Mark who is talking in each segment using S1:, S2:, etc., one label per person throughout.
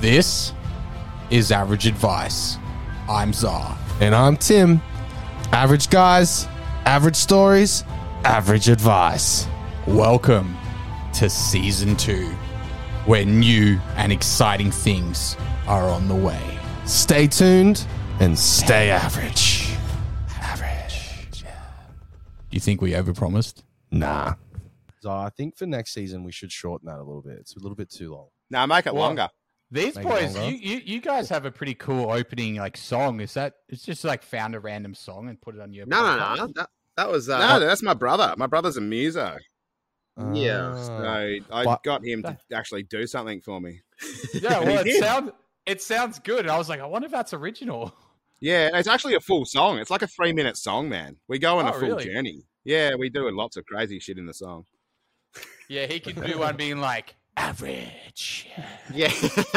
S1: This is Average Advice. I'm Zar.
S2: And I'm Tim. Average guys, average stories, average advice.
S1: Welcome to Season 2, where new and exciting things are on the way.
S2: Stay tuned and stay average. Average.
S1: Do you think we overpromised?
S2: Nah. So I think for next season we should shorten that a little bit. It's a little bit too long.
S3: Now make it
S1: Well,
S3: longer.
S1: These
S2: Make it
S1: boys,
S2: longer.
S1: you, you you guys have a pretty cool opening like song. Is that it's just like found a random song and put it on your
S4: No, no,
S1: podcast?
S4: no. That, that was uh,
S3: no, that's my brother. My brother's a muso.
S4: Yeah,
S2: Ah.
S3: So I
S2: But-
S3: got him to actually do something for me.
S1: Yeah,
S3: And he
S1: well, it
S3: did.
S1: sound it sounds good. And I was like, I wonder if that's original.
S3: Yeah, and it's actually a full song. It's like a three minute song, man. We go on
S1: Oh,
S3: a full
S1: really?
S3: journey. Yeah, we do lots of crazy shit in the song.
S1: Yeah, he could do one being like average.
S4: yeah.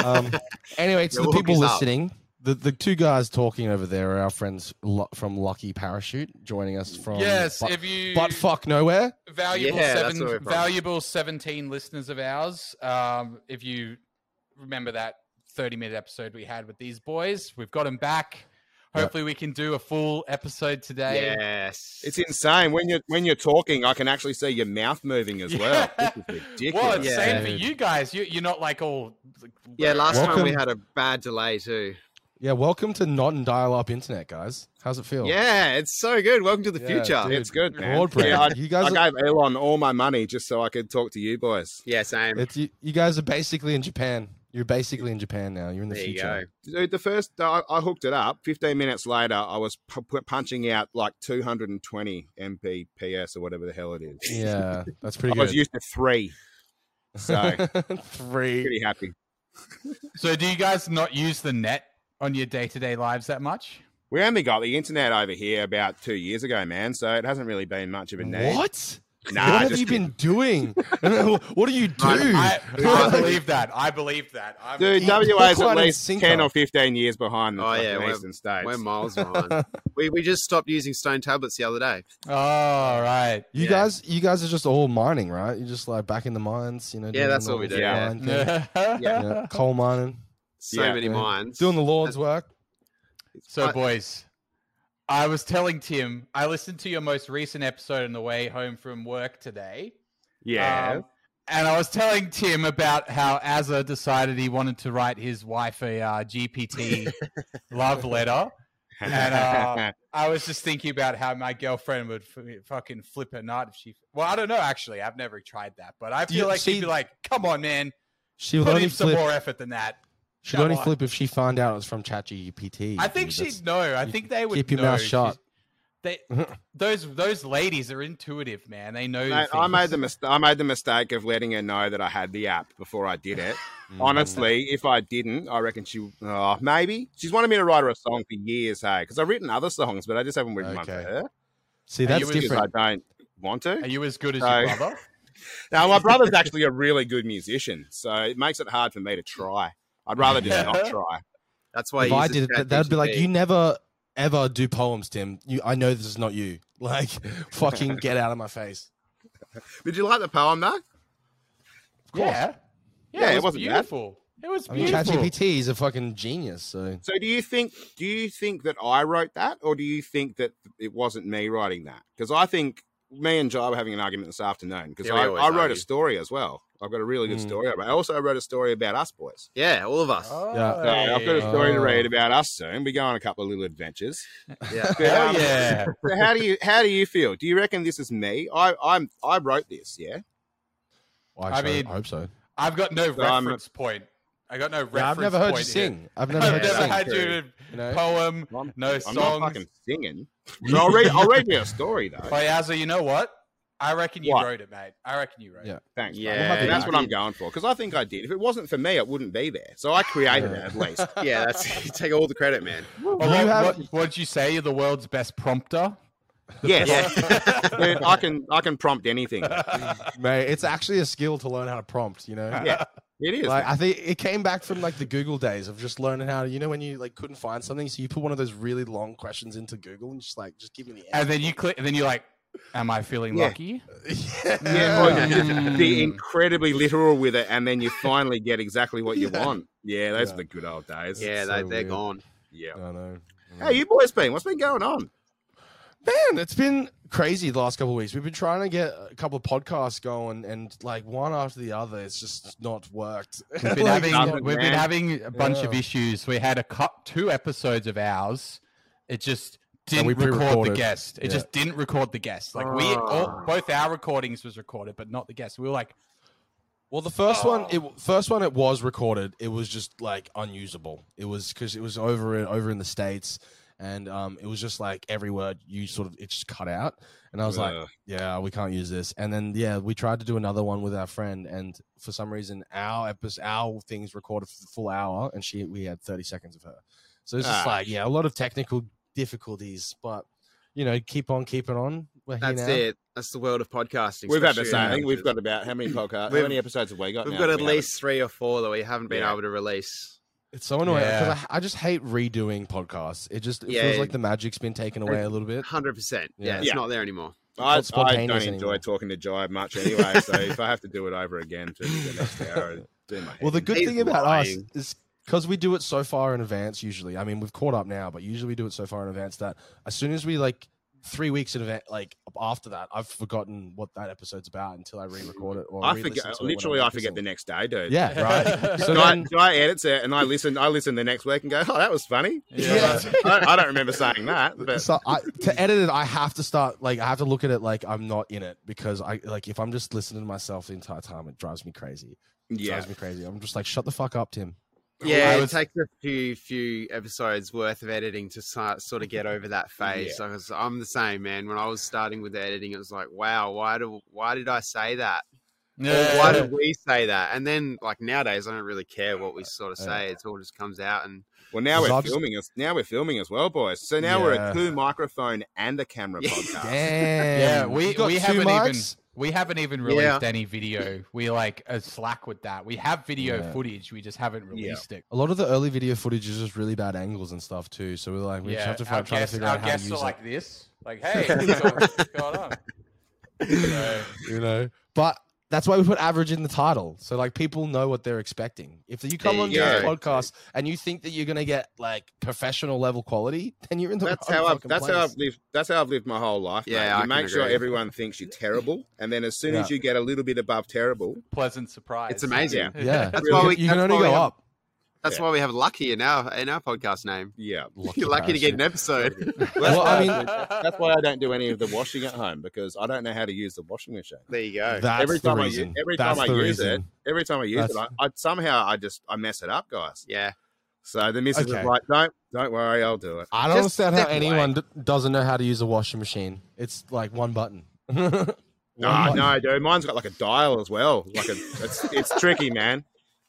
S2: um, anyway, to the
S4: Yeah, we'll hook
S2: people
S4: this up.
S2: listening, the, the two guys talking over there are our friends Lu- from Lucky Parachute joining us from
S1: yes,
S2: but,
S1: if you
S2: but fuck nowhere.
S1: valuable
S4: Yeah, that's where we're
S1: seven
S4: from.
S1: valuable seventeen listeners of ours, um, if you remember that thirty minute episode we had with these boys, we've got them back.
S2: Yeah.
S1: Hopefully, we can do a full episode today.
S4: yes.
S3: It's insane when you're when you're talking. I can actually see your mouth moving as well.
S1: Yeah.
S3: This is
S1: Well,
S3: ridiculous.
S1: it's
S4: Yeah.
S1: same for you guys. You, you're not like all.
S4: yeah, last time we
S2: Welcome.
S4: had a bad delay too.
S2: Yeah, welcome to non dial up internet, guys. How's it feel?
S4: Yeah, it's so good. Welcome to the
S2: Oh. Yeah,
S4: future.
S2: dude.
S3: It's good, man.
S2: Broadband.
S3: Yeah, I,
S2: you
S3: I
S2: guys, are,
S3: gave Elon all my money just so I could talk to you boys.
S4: Yeah, same.
S2: it's, you, you guys are basically in Japan. You're basically in Japan now. You're in the
S4: there you go.
S2: future.
S3: Dude, the first I, I hooked it up. Fifteen minutes later, I was pu- pu- punching out like two hundred and twenty mbps or whatever the hell it is.
S2: Yeah, that's
S3: I
S2: pretty
S3: was
S2: good.
S3: used to three. So
S2: Three.
S3: pretty happy.
S1: So, do you guys not use the net on your day to day lives that much?
S3: We only got the internet over here about two years ago, man. So it hasn't really been much of a need.
S2: What?
S3: eh? Nah,
S2: what have
S3: just
S2: you been doing? what do you do?
S1: I, I
S2: Like,
S1: believe that. I believe that. I'm,
S3: Dude,
S2: Eat
S3: WA's
S2: hook,
S3: at
S2: line, and
S3: least
S2: sinker.
S3: ten or fifteen years behind the
S4: Oh,
S3: fucking
S4: yeah, we're-
S3: eastern states.
S4: We're miles behind. we we just stopped using stone tablets the other day.
S1: oh, right.
S2: you
S4: Yeah.
S2: guys, you guys are just all mining, right? You're just like back in the mines, you know. doing
S4: that's
S2: the
S4: all we
S2: normal
S3: do, yeah.
S2: mine thing,
S1: Yeah.
S2: you know, coal mining,
S4: So
S3: Yeah.
S4: many
S2: Yeah.
S4: mines.
S2: doing the Lord's work.
S1: So,
S4: I-
S1: boys, I was telling Tim, I listened to your most recent episode on the way home from work today.
S3: yeah.
S1: Um, and I was telling Tim about how Azza decided he wanted to write his wife a uh, GPT love letter.
S2: Um,
S1: and, uh, I was just thinking about how my girlfriend would f- fucking flip her nut if she. Well, I don't know actually. I've never tried that, but I
S2: Do
S1: feel
S2: you-
S1: like she'd
S2: see-
S1: be like, "Come on, man,
S2: She would
S1: put
S2: only
S1: in some
S2: flip.
S1: more effort than that."
S2: she'd
S1: Come
S2: only
S1: on.
S2: flip if she found out it was from ChatGPT.
S1: I think she'd know. I
S2: you
S1: think they would
S2: keep your
S1: know.
S2: mouth shut.
S1: They those those ladies are intuitive, man. They know.
S3: Mate, I made the
S1: things.
S3: mistake. I made the mistake of letting her know that I had the app before I did it.
S2: Mm,
S3: Honestly, if I didn't, I reckon she oh, maybe she's wanted me to write her a song for years. Hey, because I've written other songs, but I just haven't written one for
S2: Okay.
S3: her
S1: Are
S2: See,
S1: you
S2: that's
S1: with me?
S3: because I
S2: different.
S3: don't want to.
S1: Are you as good as
S3: No.
S1: your brother?
S3: Now, my brother's actually a really good musician, so it makes it hard for me to try. I'd rather just not try.
S4: That's why
S2: if
S4: he
S2: I
S4: uses
S2: did it, th- that'd be like, you never ever do poems, Tim. You, I know this is not you. Like, fucking get out of my face.
S3: Did you like the poem though?
S2: course.
S1: Yeah. Yeah,
S3: Yeah,
S1: it,
S3: it
S1: was
S3: wasn't bad.
S1: beautiful. It was
S2: I mean,
S1: beautiful.
S2: ChatGPT is a fucking genius. So
S3: So do you think do you think that I wrote that, or do you think that it wasn't me writing that? Because I think me and Jai were having an argument this afternoon because
S4: Yeah, we
S3: I,
S4: always
S3: I wrote
S4: argue.
S3: a story as well. I've got a really good
S2: Mm.
S3: story. I also wrote a story about us boys.
S4: Yeah, all of us.
S1: Oh.
S2: Yeah.
S3: So I've got a
S1: Hey.
S3: story to
S2: Oh.
S3: read about us soon. We go on a couple of little adventures.
S4: Yeah.
S3: But,
S1: Hell
S3: um,
S1: yeah.
S3: so how do you how do you feel? Do you reckon this is me? I I'm I wrote this. Yeah.
S2: Well,
S1: I
S2: actually,
S1: mean,
S2: I hope so.
S1: I've got no
S3: So I'm-
S1: reference point. I got no reference
S2: Yeah, I've never heard you
S1: point here.
S2: sing. I've never
S1: I've
S2: heard you
S1: never
S2: sing.
S1: had you
S2: you
S1: a
S2: know?
S1: poem,
S3: I'm,
S1: no
S3: I'm not
S1: songs.
S3: fucking singing. But I'll read I'll read you a story though.
S1: But Azza, you know what? I reckon you
S3: What?
S1: wrote it, mate. I reckon you wrote
S2: Yeah.
S1: it.
S3: Thanks.
S4: Yeah,
S3: Yeah, that's
S4: you
S3: what I'm going for because I think I did. If it wasn't for me, it wouldn't be there. So I created it at least.
S4: yeah, that's you take all the credit, man.
S1: Or
S2: Do
S1: what,
S2: you have-
S1: what, what did you say? You're the world's best prompter.
S3: Yes,
S4: Yeah.
S3: Dude, I can I can prompt anything.
S2: Mate, it's actually a skill to learn how to prompt, you know?
S3: Yeah, it is.
S2: Like I think it came back from like the Google days of just learning how to, you know, when you like couldn't find something, so you put one of those really long questions into Google and just like just give me the
S1: And
S2: answer.
S1: then you click, and then you're like, Am I feeling
S3: Yeah.
S1: lucky?
S3: Yeah, or you just be
S1: Mm.
S3: incredibly literal with it, and then you finally get exactly what you
S2: Yeah.
S3: want. Yeah, those
S2: Yeah.
S3: are the good old days.
S4: yeah,
S2: so
S4: they, they're
S2: weird.
S4: gone.
S3: Yeah.
S2: I know.
S3: How you boys been? What's been going on?
S2: Man, it's been crazy the last couple of weeks. We've been trying to get a couple of podcasts going, and like one after the other, it's just not worked.
S1: We've been
S2: Like,
S1: having
S3: nothing,
S1: we've been
S3: man.
S1: having a bunch of
S2: Yeah.
S1: issues. We had a cup two episodes of ours. It just
S2: And
S1: didn't
S2: we
S1: record the
S2: pre-recorded.
S1: guest. It
S2: Yeah.
S1: just didn't record the guest. Like we all,
S3: Ah.
S1: both our recordings was recorded, but not the guest. We were like,
S2: Well, the first one, it first one, it was recorded. It was just like unusable. It was because it was over in, over in the states, and um, it was just like every word you sort of it just cut out. And I was like,
S4: Uh,
S3: Ugh.
S2: yeah, we can't use this. And then yeah, we tried to do another one with our friend, and for some reason, our episode, our things recorded for the full hour, and she we had thirty seconds of her. So it's just
S3: Ah.
S2: like yeah, a lot of technical difficulties, but you know, keep on keeping on. We're here
S4: That's
S2: now.
S4: it. That's the world of podcasting.
S3: we've had the
S4: especially
S3: same.
S4: now,
S3: thing. We've
S4: because
S3: got about how many podcasts? How
S4: We've-
S3: many episodes have we got?
S4: We've
S3: now
S4: got
S3: that
S4: at
S3: we haven't-
S4: least three or four that we haven't been
S3: Yeah.
S4: able to release.
S2: It's so annoying because
S1: Yeah.
S2: I, I just hate redoing podcasts. It just it feels
S4: Yeah.
S2: like the magic's been taken away a little bit.
S4: Hundred percent.
S2: Yeah.
S4: Yeah, it's
S3: Yeah.
S4: not there anymore.
S3: I,
S2: It's not
S3: I don't
S2: spontaneous
S3: enjoy
S2: anymore.
S3: talking to Jive much anyway, so if I have to do it over again for the next hour, it'd do my head
S2: Well, the
S3: in.
S2: good
S4: He's
S2: thing about
S4: lying.
S2: us is because we do it so far in advance. Usually, I mean, we've caught up now, but usually we do it so far in advance that as soon as we like three weeks in advance, like after that, I've forgotten what that forgotten what that episode's about until I re-record it. Or
S3: I
S2: re-listen
S3: forget.
S2: to it when
S3: Literally, I forget the
S2: practicing.
S3: next day, dude.
S2: Yeah, right. So
S3: Guy,
S2: then,
S3: guy edits it, and I listen. I listen the next week and go, "Oh, that was funny."
S1: Yeah.
S3: I, I don't remember saying that, but
S2: so I, to edit it, I have to start like I have to look at it like I'm not in it because I like if I'm just listening to myself the entire time, it drives me crazy. It
S3: yeah,
S2: drives me crazy. I'm just like, shut the fuck up, Tim.
S4: Yeah,
S1: I
S4: it
S1: was-
S4: takes a few few episodes worth of editing to start, sort of get over that phase.
S3: Yeah.
S4: So I was- I'm the same, man. When I was starting with the editing, it was like, wow, why do why did I say that? Or why did we say that? And then like nowadays, I don't really care what we sort of
S2: Yeah.
S4: say. It all just comes out and
S3: Well, now
S2: Because
S3: we're
S2: I've just-
S3: filming as now we're filming as well, boys. So now we're
S2: Yeah.
S3: a two microphone and a camera
S4: Yeah.
S3: podcast.
S2: Damn.
S1: yeah, we
S2: You got
S1: we
S2: two
S1: haven't
S2: mics?
S1: even we haven't even
S4: Yeah.
S1: released any video. We like are slack with that. We have video
S2: Yeah.
S1: footage. We just haven't
S3: Yeah.
S1: released it.
S2: A lot of the early video footage is just really bad angles and stuff too. So we're like, we just
S1: yeah,
S2: have to
S1: our
S2: find, try to
S1: guests,
S2: figure
S1: our
S2: out how to
S1: guests
S2: use
S1: are
S2: it.
S1: like this. Like, hey, what's going- what's going on? So-
S2: you know. But that's why we put average in the title, so like people know what they're expecting. If you come
S4: There
S2: on
S4: you
S2: this
S3: go.
S2: podcast and you think that you're gonna get like professional level quality, then you're in the
S3: That's
S2: wrong
S3: how I've
S2: fucking
S3: that's how
S2: place.
S3: I've lived. That's how I've lived my whole life.
S4: Yeah,
S3: mate.
S4: I
S3: you
S4: can
S3: make sure
S4: agree.
S3: everyone thinks you're terrible, and then as soon as
S2: Yeah.
S3: you get a little bit above terrible,
S1: pleasant surprise.
S4: It's amazing.
S3: Yeah.
S2: yeah.
S4: That's
S2: You
S4: why
S2: can-
S4: we-
S2: you can
S4: that's
S2: only
S4: why we
S2: go
S4: have-
S2: up.
S4: that's
S3: Yeah.
S4: why we have lucky in our in our podcast name.
S3: yeah.
S4: You're lucky to get an episode.
S2: Well, I mean,
S3: That's why I don't do any of the washing at home because I don't know how to use the washing machine.
S4: there you go.
S2: that's
S3: every
S2: the
S3: time I u-
S2: reason.
S3: every
S2: that's
S3: time I
S2: the
S3: use it,
S2: reason.
S3: Every time I use it,
S2: That's-
S3: I, I somehow I just I mess it up, guys.
S4: yeah,
S3: So the missus
S2: Okay.
S3: is like, "Don't don't worry, I'll do it."
S2: I don't
S4: Just
S2: understand how
S4: step away.
S2: anyone d- doesn't know how to use a washing machine. It's like one button. One
S3: No,
S2: button.
S3: Ah, no, dude. Mine's got like a dial as well. Like a, it's, it's tricky, man.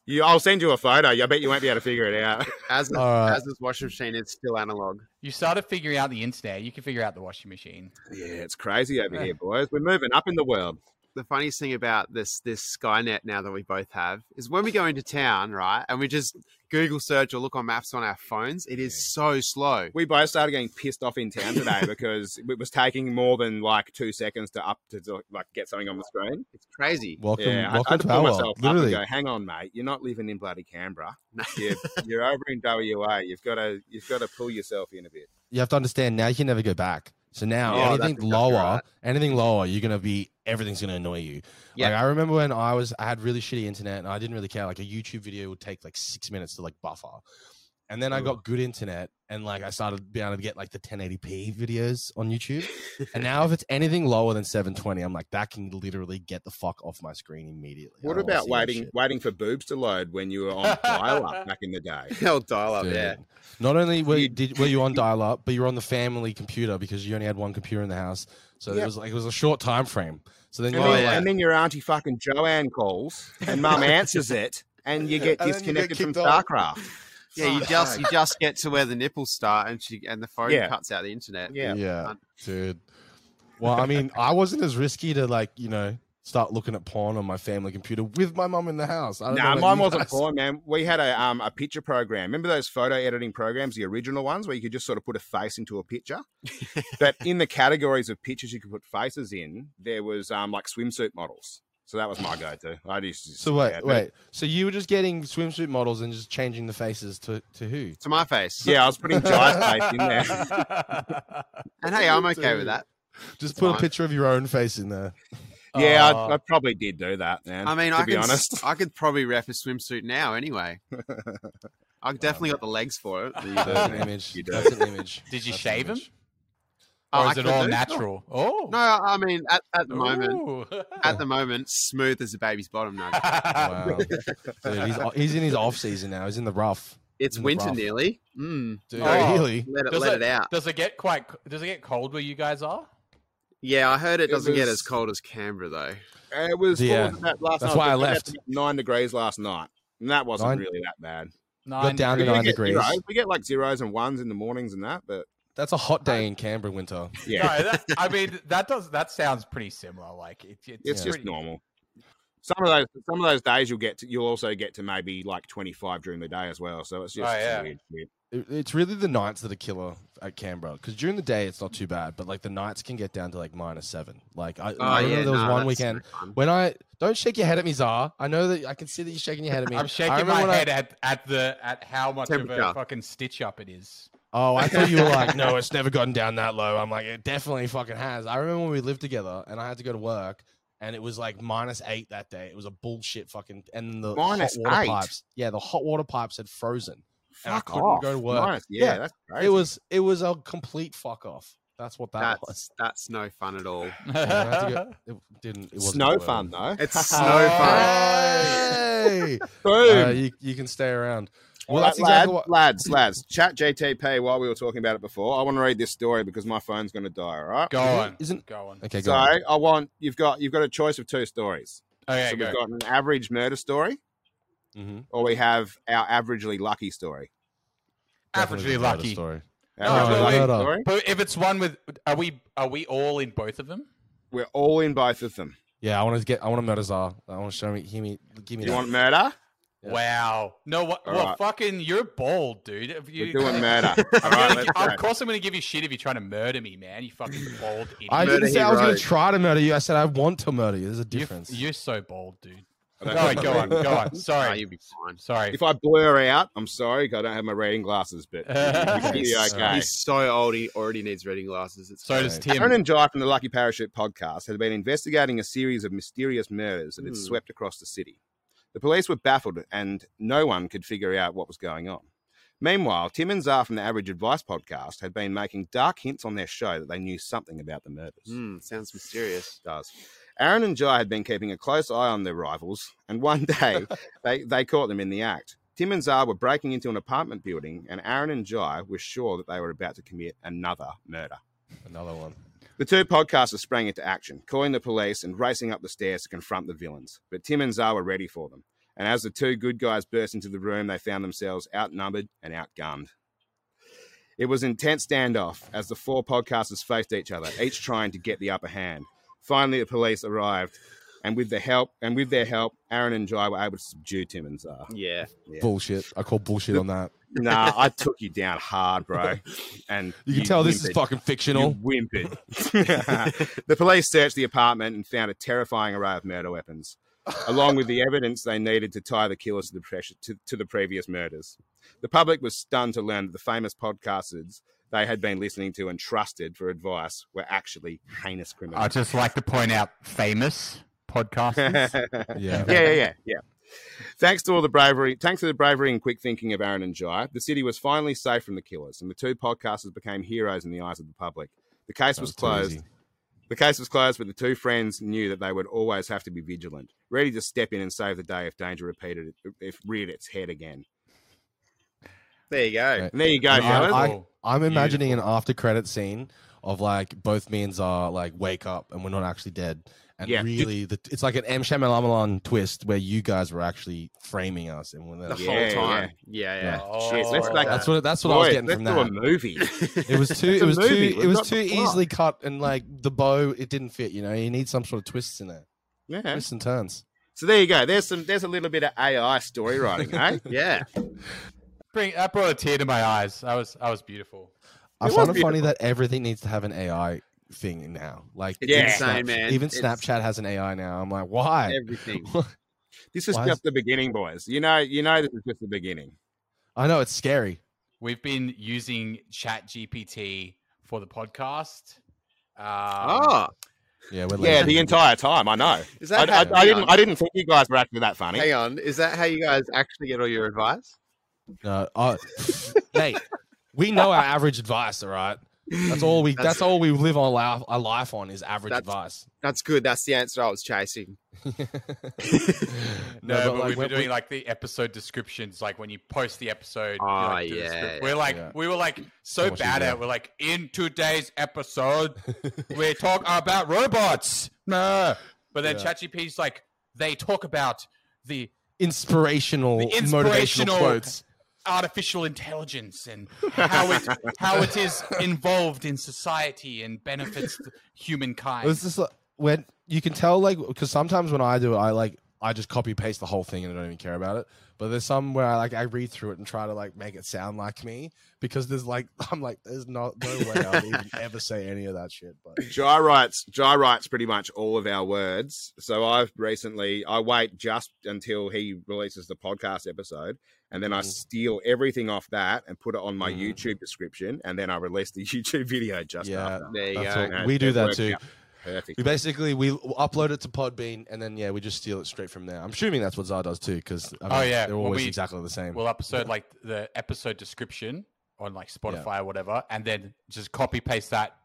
S3: You, I'll send you a photo. I bet you won't be able to figure it out.
S4: as
S2: All right.
S4: as this washing machine is still analog.
S1: you started figuring out the internet. You can figure out the washing machine.
S3: Yeah, it's crazy over here, boys. We're moving up in the world.
S4: the funniest thing about this this Skynet now that we both have is when we go into town, right, and we just Google search or look on maps on our phones, it is so slow.
S3: We both started getting pissed off in town today because it was taking more than like two seconds to up to like get something on the screen.
S4: It's crazy.
S2: Welcome,
S3: yeah, I- I,
S2: welcome
S3: had
S2: to
S3: to
S2: our
S3: pull myself
S2: world.
S3: up and
S2: Literally,
S3: go, "Hang on, mate. You're not living in bloody Canberra. You're, you're over in WA. You've got to you've got to pull yourself in a bit."
S2: you have to understand now you can never go back. So now
S4: Yeah, that's
S2: anything
S4: exactly
S2: lower,
S4: right.
S2: anything lower, you're gonna be everything's gonna annoy you.
S4: Yeah.
S2: Like I remember when I was I had really shitty internet and I didn't really care. Like a YouTube video would take like six minutes to like buffer. And then I got good internet and like I started being able to get like the 1080p videos on YouTube. and now if it's anything lower than 720, I'm like, that can literally get the fuck off my screen immediately. I
S3: What
S2: don't wanna
S3: about
S2: Oh, see that
S3: waiting
S2: shit.
S3: waiting for boobs to load when you were on dial up back in the day?
S4: Hell, dial up,
S2: Dude,
S4: yeah.
S2: Not only were you,
S3: You-
S2: did, were you on dial up, but you were on the family computer because you only had one computer in the house. So it
S3: Yeah.
S2: was like it was a short time frame. So then
S3: And,
S2: you
S4: Oh,
S2: were
S3: then,
S4: yeah.
S2: like,
S3: and then your auntie fucking Joanne calls and mum answers it and you
S2: And
S3: get
S2: then you get
S3: disconnected from
S2: kicked off.
S3: StarCraft.
S4: Yeah, you just you just get to where the nipples start, and she and the phone
S3: Yeah.
S4: cuts out the internet.
S3: Yeah.
S2: yeah, dude. Well, I mean, I wasn't as risky to like you know start looking at porn on my family computer with my mum in the house. I don't
S3: Nah,
S2: know about
S3: mine
S2: you
S3: wasn't
S2: guys.
S3: porn, man. We had a um a picture program. Remember those photo editing programs, the original ones, where you could just sort of put a face into a picture. but in the categories of pictures you could put faces in, there was um like swimsuit models. So that was my go-to. I just
S2: So wait,
S3: yeah, but-
S2: wait. So you were just getting swimsuit models and just changing the faces to, to who?
S4: to my face.
S3: Yeah, I was putting Jai's face in
S4: Oh,
S3: there.
S4: And hey, I'm okay with that.
S2: Just
S4: That's
S2: put a
S4: fine.
S2: picture of your own face in there.
S3: Yeah,
S1: Oh.
S3: I, I probably did do that, man.
S4: I mean,
S3: to
S4: I
S3: be
S4: could, s-
S3: honest,
S4: I could probably rep a swimsuit now anyway. I've definitely got the uh, legs for it.
S2: That's an
S3: man.
S2: image.
S3: You do.
S2: That's an image.
S1: Did you
S2: That's an
S1: shave him?
S2: image.
S4: Oh,
S1: or
S4: I
S1: is it
S4: could
S1: all
S4: do.
S1: natural? Oh,
S4: No, I mean, at, at the moment,
S1: Ooh.
S4: at the moment, smooth as a baby's bottom. No,
S2: Wow. Dude, he's, he's in his off season now. He's in the rough.
S4: it's
S2: In the
S4: winter
S2: rough.
S4: nearly. Mm,
S2: Dude,
S1: Oh.
S2: really?
S4: let it
S1: Does
S4: let
S1: it-
S4: it out.
S1: Does it get quite? Does it get cold where you guys are?
S4: Yeah, I heard it
S3: It
S4: doesn't get
S3: was-
S4: as cold as Canberra though.
S3: Uh, it was what
S2: Yeah.
S3: was it that last
S2: That's
S3: night?
S2: why I
S3: It was
S2: left.
S3: about Nine degrees last night, and that wasn't
S2: Nine-
S3: really that bad.
S1: Nine
S2: down to
S1: degrees.
S2: nine
S3: we, get
S2: degrees.
S3: zeros. we get like zeros and ones in the mornings and that, but
S2: That's a hot day in Canberra winter.
S3: yeah,
S1: No, that, I mean that does that sounds pretty similar. Like it, it's,
S3: it's just
S1: pretty-
S3: normal. Some of those some of those days you'll get to, you'll also get to maybe like 25 during the day as well. So it's just
S1: Oh, yeah.
S3: weird shit.
S2: It- It's really the nights that are killer at Canberra because during the day it's not too bad, but like the nights can get down to like minus seven. Like I, Oh, I remember there was
S4: Oh, nah,
S2: one
S4: that's
S2: weekend
S4: no fun.
S2: when I don't shake your head at me, Zar. I know that I can see that you're shaking your head at me.
S1: I'm
S2: I
S1: shaking
S2: remember
S1: my
S2: when I-
S1: head at, at the at how much of a
S4: Temperature.
S1: fucking stitch up it is.
S2: Oh, I thought you were like, no, it's never gotten down that low. I'm like, it definitely fucking has. I remember when we lived together and I had to go to work and it was like minus eight that day. It was a bullshit fucking and the
S3: Minus
S2: hot water
S3: eight?
S2: pipes. Yeah, the hot water pipes had frozen. And I
S3: Fuck
S2: couldn't
S3: off.
S2: go to work.
S3: Nice. Yeah,
S2: Yeah.
S3: that's crazy.
S2: It was it was a complete fuck off. That's what that was.
S4: that's that's no fun at all.
S2: Yeah, I had to go- it didn't it wasn't
S3: snow
S2: enjoyable.
S3: fun though.
S4: It's snow fun.
S2: Hey!
S3: Boom.
S2: Uh, you, you can stay around. Well,
S3: All
S2: that's
S3: right, lad-
S2: exactly what.
S3: lads, lads. Chat JTP while we were talking about it before. I want to read this story because my phone's going to die. All right.
S1: Go on,
S2: Isn't
S1: go on.
S2: okay? Go
S3: So
S2: on.
S3: I want you've got you've got a choice of two stories.
S1: Okay,
S3: so
S1: go.
S3: we've got an average murder story,
S2: Mhm.
S3: or we have our averagely lucky story.
S2: Definitely
S1: Averagely
S2: the murder
S1: lucky.
S2: story.
S1: No,
S3: Averagely
S1: no,
S3: lucky
S2: no, no.
S3: story.
S1: But if it's one with, are we are we all in both of them?
S3: We're all in both of them.
S2: Yeah, I want to get. I want to murder Czar. I want to show me. Hear me. Give me.
S3: You
S2: that.
S3: want murder?
S2: Yeah.
S1: Wow. No, what?
S3: All
S1: well,
S3: right.
S1: fucking, you're bold, dude. If you-
S3: We're doing murder. All
S1: I'm
S3: right,
S1: gonna,
S3: let's
S1: gi-
S3: go.
S1: of course, I'm going to give you shit if you're trying to murder me, man. You fucking bold idiot.
S2: I
S4: Murder,
S2: didn't say
S4: he
S2: I was going
S4: wrote.
S2: to try to murder you. I said I want to murder you. There's a
S1: You-
S2: difference.
S1: You're, so bold, dude.
S3: I
S1: All
S3: don't
S1: right,
S3: have
S1: go
S3: my
S1: on,
S3: reading-
S1: go on.
S4: Nah,
S1: Sorry,
S4: you'll be fine.
S1: sorry.
S3: If I blur out, I'm sorry. 'cause I don't have my reading glasses, but it'll be
S4: He's,
S3: okay.
S4: he's so old. He already needs reading glasses. It's
S1: So does
S2: Right.
S1: Tim.
S3: Aaron and Jai from the Lucky Parachute podcast had been investigating a series of mysterious murders that had
S4: Hmm.
S3: swept across the city. The police were baffled and no one could figure out what was going on. Meanwhile, Tim and Zar from the Average Advice podcast had been making dark hints on their show that they knew something about the murders.
S4: Mm, sounds mysterious.
S3: Does. Aaron and Jai had been keeping a close eye on their rivals, and one day they, they caught them in the act. Tim and Zar were breaking into an apartment building, and Aaron and Jai were sure that they were about to commit another murder.
S2: Another one.
S3: The two podcasters sprang into action, calling the police and racing up the stairs to confront the villains. But Tim and Zar were ready for them. And as the two good guys burst into the room, they found themselves outnumbered and outgunned. It was intense standoff as the four podcasters faced each other, each trying to get the upper hand. Finally, the police arrived, and with the help and with their help, Aaron and Jai were able to subdue Tim and Zar.
S4: Yeah.
S3: Yeah.
S2: Bullshit. I call bullshit on that.
S3: Nah, I took you down hard, bro. And
S2: You can tell this
S3: whimpered.
S2: is fucking fictional.
S3: You whimpered. the police searched the apartment and found a terrifying array of murder weapons, along with the evidence they needed to tie the killers to the, pressure, to, to the previous murders. The public was stunned to learn that the famous podcasters they had been listening to and trusted for advice were actually heinous
S1: I
S3: criminals.
S1: just like to point out famous podcasters.
S2: yeah.
S3: yeah, yeah, yeah, yeah. Thanks to all the bravery, thanks to the bravery and quick thinking of Aaron and Jai, the city was finally safe from the killers, and the two podcasters became heroes in the eyes of the public. The case
S2: That
S3: was,
S2: was too
S3: closed.
S2: easy.
S3: The case was closed, but the two friends knew that they would always have to be vigilant, ready to step in and save the day if danger repeated it, if reared its head again.
S4: There you go.
S2: Right.
S3: And there you go,
S2: I-
S3: fellas.
S2: I- I'm imagining an after credit scene of like both me and Zar like wake up and we're not actually dead. And
S3: Yeah.
S2: really, the, it's like an M Shamalamalan twist where you guys were actually framing us, and when
S4: The
S2: that,
S3: Yeah,
S4: whole
S3: yeah.
S4: time. Yeah, yeah.
S3: Shit, let's
S1: Oh.
S3: make-
S2: that's what that's what I
S3: Boys,
S2: was getting
S3: let's
S2: from
S3: do
S2: that.
S3: a movie.
S2: It was too.
S3: It's
S2: It
S3: a
S2: was
S3: movie.
S2: too.
S3: We've
S2: It was
S3: got
S2: too
S3: the plot.
S2: easily cut, and like the bow, it didn't fit. You know, you need some sort of twists in there.
S3: Yeah.
S2: Twists and turns.
S3: So there you go. There's some. There's a little bit of AI story writing, eh?
S4: Yeah.
S1: Bring, that brought a tear to my eyes. I was I was beautiful.
S2: I
S3: It
S2: find
S3: was
S2: it funny that everything needs to have an AI thing now. Like
S4: It's
S3: Yeah.
S4: insane, man.
S2: Even
S4: It's-
S2: Snapchat has an AI now. I'm like, why?
S4: Everything.
S3: This is
S2: Why is-
S3: just the beginning, boys. You know, you know, this is just the beginning.
S2: I know it's scary.
S1: We've been using Chat GPT for the podcast. Um,
S4: Oh,
S2: Yeah, we're
S3: yeah,
S2: lazy.
S3: the entire time. I know.
S4: is
S3: I,
S4: that
S3: I,
S4: how,
S3: I
S4: hang
S3: didn't.
S4: on,
S3: I didn't think you guys were actually that funny.
S4: hang on. Is that how you guys actually get all your advice?
S2: No, uh, mate, we know our average advice, all right. That's all we. That's,
S4: That's-
S2: all we live our life, our life on is average
S4: That's-
S2: advice.
S4: That's good. That's the answer I was chasing.
S2: no,
S1: No, but, we've
S2: when
S1: been doing like the episode descriptions, like when you post the episode. you,
S4: Oh,
S1: like, do the
S4: yeah,
S1: script.
S4: yeah.
S1: We're like,
S2: Yeah.
S1: we were like
S2: So
S1: so
S2: much
S1: bad
S2: easier.
S1: at. it. We're like, in today's episode, we talk about robots. No, but then
S2: Yeah.
S1: ChatGPT's like, they talk about the
S2: inspirational,
S1: The
S2: motivational
S1: inspirational-
S2: quotes.
S1: artificial intelligence and how it how it is involved in society and benefits th- humankind.
S2: It's just like when you can tell, like, because sometimes when I do it, I like I just copy paste the whole thing and I don't even care about it. But there's some where I like I read through it and try to like make it sound like me because there's like I'm like there's not no way I'll even ever say any of that shit. But
S3: Jai writes. Jai writes pretty much all of our words. So I've recently. I wait just until he releases the podcast episode, and then I
S2: Mhm.
S3: steal everything off that and put it on my
S2: Mhm.
S3: YouTube description, and then I release the YouTube video just
S2: Yeah,
S3: after.
S4: There you
S2: that's
S4: go.
S2: all-
S3: Yeah,
S2: we
S3: it
S2: do that
S3: works
S2: too.
S3: out Perfect.
S2: We basically we upload it to Podbean and then yeah, we just steal it straight from there. I'm assuming that's what Zar does too, because I mean,
S1: Oh, yeah,
S2: they're
S1: well,
S2: always
S1: we-
S2: exactly the same.
S1: We'll episode like the episode description on like Spotify or whatever, and then just copy paste that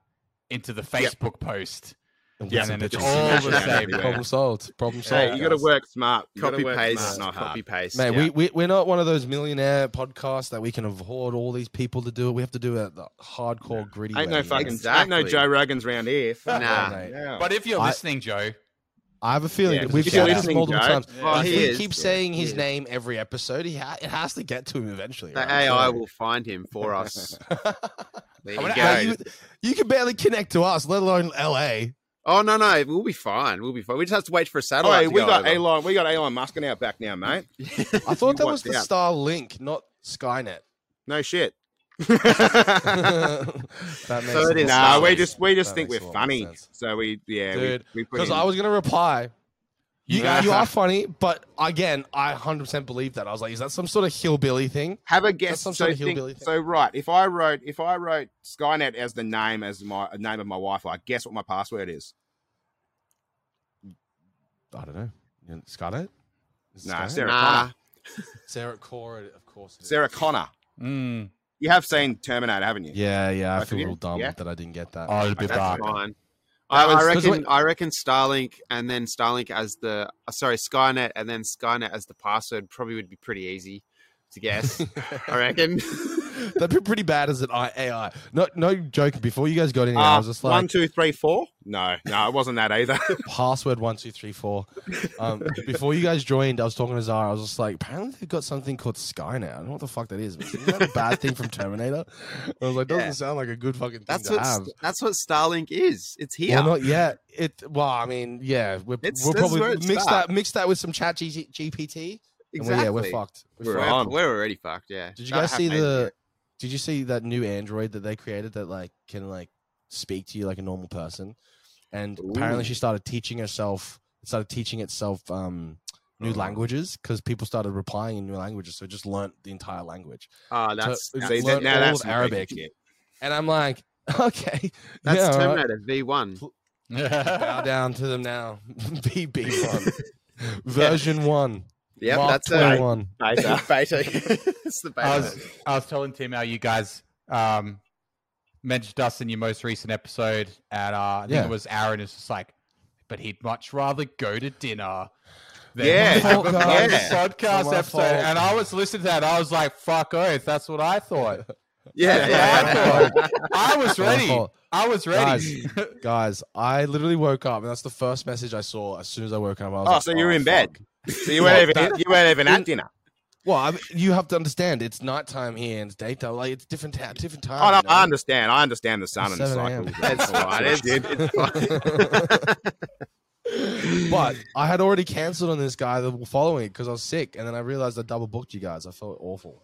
S1: into the
S3: Yep.
S1: Facebook post.
S2: And
S3: yeah,
S2: we
S1: and
S2: see
S1: it's
S2: bitches.
S1: all
S3: the same.
S2: Problem solved. Problem solved.
S3: Hey, you got to
S2: guys.
S3: work smart. You gotta
S4: Copy
S3: work
S4: paste.
S3: smart, not hard.
S4: Copy paste.
S2: Mate,
S4: yeah.
S2: we, we, we're not one of those millionaire podcasts that we can afford all these people to do it. We have to do it the hardcore, gritty
S3: Ain't
S2: way,
S3: no
S2: you know?
S3: fucking ain't no
S4: Exactly.
S3: Joe Rogans round here. Fuck
S4: Nah.
S3: that, yeah.
S1: But if you're
S2: I-
S1: listening, Joe,
S2: I have a feeling
S3: Yeah,
S2: that we've
S3: if you're
S2: said this
S3: listening,
S2: multiple
S3: Joe,
S2: times.
S4: Oh,
S2: if
S4: he
S2: we
S4: is.
S2: keep saying his
S4: He is.
S2: name every episode, he ha- it has to get to him eventually.
S4: The
S2: right?
S4: AI
S2: Sorry.
S4: will find him for us. There
S1: I
S4: you
S1: wanna
S4: go.
S2: Now, you, you can barely connect to us, let alone LA.
S4: Oh no, no, we'll be fine. We'll be fine. We just have to wait for a satellite.
S3: Oi,
S4: to
S3: Oh, we
S4: go
S3: got
S4: over.
S3: Elon, we got Elon Musk in our back now, mate.
S2: I thought that was
S3: watch
S2: the
S3: out.
S2: Starlink, not Skynet.
S3: No shit.
S2: that makes
S4: So it is
S3: nah,
S4: Starlink.
S3: we just we just think we're funny, so we yeah.
S2: Dude,
S3: we, we put
S2: Because
S3: in-
S2: I was gonna reply. You,
S1: Yeah.
S2: you are funny, but again, I 100% believe that. I was like, is that some sort of hillbilly thing?
S3: have a guess.
S2: some
S3: So,
S2: sort of
S3: think-
S2: hillbilly thing.
S3: so right, if I wrote if I wrote Skynet as the name as my name of my Wi-Fi, guess what my password is?
S2: I don't know. You know, Skynet? Is it
S3: Nah,
S2: Skynet?
S3: Sarah
S4: Nah.
S3: Connor.
S2: Sarah Cora, of course. it is.
S3: Sarah Connor.
S1: mm,
S3: You have seen Terminator, haven't you?
S2: Yeah, yeah. I,
S3: I
S2: feel a
S3: forget-
S2: little dumb
S3: yeah.
S2: that I didn't get that.
S1: I'll be
S3: Okay.
S4: That's
S1: back.
S4: fine. I, I
S2: was- 'cause
S4: reckon.
S2: when-
S4: I reckon Starlink and then Starlink as the uh, sorry Skynet and then Skynet as the password probably would be pretty easy to guess. I reckon.
S2: That'd be pretty bad as an I- AI. No, no joke. Before you guys got in, here, I
S3: Uh,
S2: was just like,
S3: one, two, three, four. No, no, it wasn't that either.
S2: password one two three four. Um, before you guys joined, I was talking to Zara. I was just like, apparently they've got something called Skynet. I don't know what the fuck that is. But isn't that a bad thing from Terminator? I was like, doesn't
S4: Yeah.
S2: sound like a good fucking thing
S4: That's
S2: to
S4: what.
S2: have.
S4: st- That's what Starlink is. It's here.
S2: Well, not yet. It. Well, I mean, yeah, we're,
S4: It's-
S2: we'll
S4: this is where
S2: probably
S4: it's
S2: mix
S4: at.
S2: that mix that with some Chat G- GPT. and
S4: exactly.
S2: we're- yeah, we're fucked. We're
S3: We're
S2: fucked.
S4: We're,
S3: on.
S4: we're already fucked. Yeah.
S2: Did you
S4: That
S2: guys see
S4: happened.
S2: the? Did you see that new android that they created that like can like speak to you like a normal person? And apparently,
S3: Ooh.
S2: she started teaching herself. Started teaching itself um, new
S4: Uh-huh.
S3: Oh.
S2: languages because people started replying in new languages, so it just learnt the entire language.
S4: Oh, that's
S2: So-
S4: that's,
S3: See,
S2: learn
S3: that, now
S2: all
S3: that's
S2: of
S3: some freaky
S2: Arabic.
S3: shit.
S2: And I'm like, okay,
S4: that's
S2: yeah, all right.
S4: Terminator V one.
S2: bow down to them now. BB one, version one,
S4: Yep,
S2: Mark
S4: that's a
S2: 21.
S3: Beta.
S4: beta. it's the beta.
S3: uh,
S1: I was, I was telling Tim how you guys um, mentioned us in your most recent episode, and uh, I think
S2: Yeah.
S1: it was Aaron is just like, but he'd much rather go to dinner. Than
S3: Yeah.
S1: have a
S2: Podcast.
S1: podcast
S2: Oh, My
S1: episode,
S2: fault.
S1: and I was listening to that. I was like, "Fuck oath," that's what I thought.
S4: yeah,
S1: Yeah, I was
S2: My
S1: ready.
S2: fault.
S1: I was ready.
S2: Guys, I literally woke up, and that's the first message I saw as soon as I woke up. I was
S3: Oh,
S2: like,
S3: so you're
S2: fuck."
S3: in bed. So you weren't
S2: Well,
S3: even you weren't even
S2: in-
S3: at dinner.
S2: Well, I mean, you have to understand it's nighttime here and it's daytime. Like it's different, ta- different time.
S3: Oh, no,
S2: you know?
S3: I understand. I understand the sun and the
S2: 7 a.m.
S3: cycles.
S4: That's fine. It's, it's fine.
S2: But I had already cancelled on this guy the following because I was sick, and then I realized I double booked you guys. I felt awful.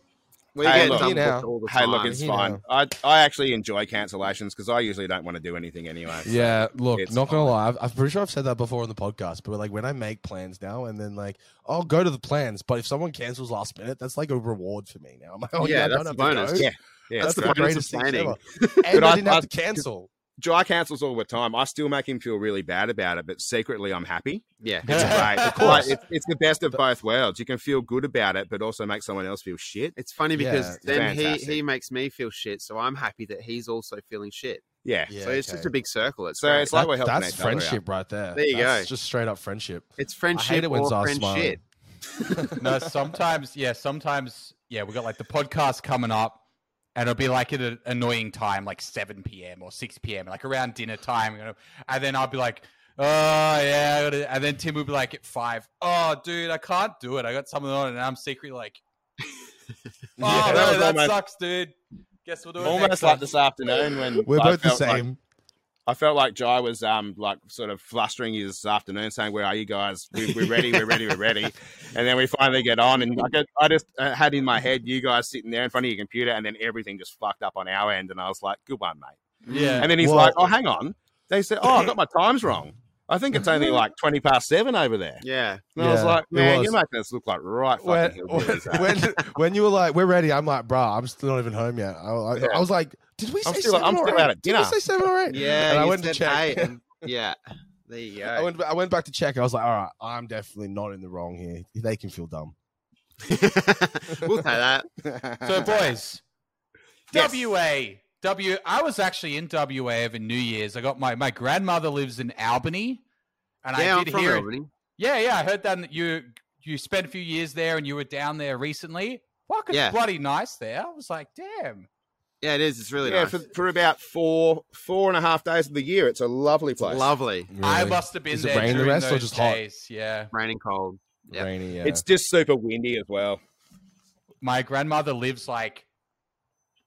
S4: We
S3: Hey,
S4: get
S3: look.
S4: double
S2: Now.
S4: booked all the
S3: Hey,
S4: time.
S3: look, it's
S2: you
S3: fine.
S2: know.
S3: I, I actually enjoy cancellations because I usually don't want to do anything anyway. so-
S2: Yeah, look,
S3: it's
S2: not gonna
S3: fine.
S2: lie, I've- I'm pretty sure I've said that before on the podcast, but like when I make plans now, and then like I'll go to the plans, but if someone cancels last minute, that's like a reward for me now. I'm like, oh
S4: Yeah,
S2: yeah, I
S4: that's
S2: don't
S4: the
S2: have to
S4: bonus.
S2: go.
S3: Yeah, yeah.
S2: that's,
S3: That's
S4: the
S2: the
S3: right.
S4: bonus
S2: greatest
S4: of
S2: thing ever.
S4: planning.
S2: And I
S3: I-
S2: didn't
S3: I-
S2: have to cancel.
S3: Dry cancels all the time. I still make him feel really bad about it, but secretly I'm happy.
S4: Yeah.
S3: It's great.
S2: Of course.
S3: Like, it's, it's the best of both worlds. You can feel good about it, but also make someone else feel shit.
S4: It's funny
S2: Yeah,
S4: because
S2: it's
S4: then he,
S3: fantastic.
S4: he makes me feel shit, so I'm happy that he's also feeling shit.
S3: Yeah.
S2: Yeah,
S4: so it's just a
S2: okay.
S4: big circle. It's
S3: So
S4: so
S3: it's like we're helping
S2: that's
S3: each other out.
S2: friendship right there.
S4: There you
S2: That's
S4: go.
S2: Just straight up friendship.
S4: it's friendship
S2: I hate it when
S4: or
S2: Zara's
S4: friend
S2: smiling.
S4: shit.
S1: no, sometimes, yeah, sometimes, yeah, we got like the podcast coming up, and it'll be like at an annoying time, like seven p.m. or six p.m., like around dinner time, you know, and then I'll be like, oh yeah, I gotta, and then Tim will be like at five, oh dude, I can't do it, I got something on, and I'm secretly like, oh
S3: Yeah, that
S1: no,
S3: was
S1: that
S3: almost-
S1: sucks, dude. Guess we'll do it next
S3: Almost
S1: time.
S3: like this afternoon when
S2: We're
S3: I
S2: both the
S3: felt like-
S2: same.
S3: I felt like Jai was um like sort of flustering you this afternoon, saying, "Where are you guys? We, we're ready. We're ready. We're ready." And then we finally get on, and like, I just uh, had in my head you guys sitting there in front of your computer, and then everything just fucked up on our end, and I was like, "Good one, mate."
S1: yeah,
S3: And then he's
S2: Well-
S3: like, "Oh, hang on." They said, "Oh, I got my times wrong. I think it's only like twenty past seven over there."
S4: Yeah.
S3: And I was
S2: Yeah,
S3: like,
S2: it
S3: "Man,
S2: was.
S3: you're making us look like right
S2: when,
S3: fucking
S2: when,
S3: hillbillies." eh?"
S2: when, when you were like, "We're ready," I'm like, "Bruh, I'm still not even home yet." I, I,
S3: Yeah.
S2: I was like, "Did we say
S3: I'm still-
S2: seven
S3: I'm
S2: or
S3: still
S2: eight?
S3: out at
S2: Did we
S3: dinner.
S2: say seven or eight?
S4: Yeah.
S2: And I
S4: you
S2: went to
S4: said
S2: check.
S4: eight and- yeah. There you
S2: I
S4: go.
S2: went, I went back to check. I was like, "All right, I'm definitely not in the wrong here. They can feel dumb."
S4: we'll take that.
S1: So, boys,
S3: Yes.
S1: WA. W. I was actually in WA over New Year's. I got my my grandmother lives in Albany, and
S4: yeah,
S1: I
S4: I'm
S1: did
S4: from
S1: hear.
S4: Albany.
S1: Yeah, yeah, I heard that you you spent a few years there, and you were down there recently. Fucking
S4: Yeah.
S1: bloody nice there. I was like, damn.
S4: Yeah, it is. It's really
S3: yeah,
S4: nice.
S3: for, for about four four and a half days of the year, it's a lovely place.
S4: Lovely.
S1: I must have been
S2: Is it
S1: there
S2: rain the
S1: during
S2: rest or
S1: those
S2: just hot?
S1: days. Yeah,
S4: Rain and cold. yeah.
S2: rainy. Yeah.
S3: It's just super windy as well.
S1: my grandmother lives like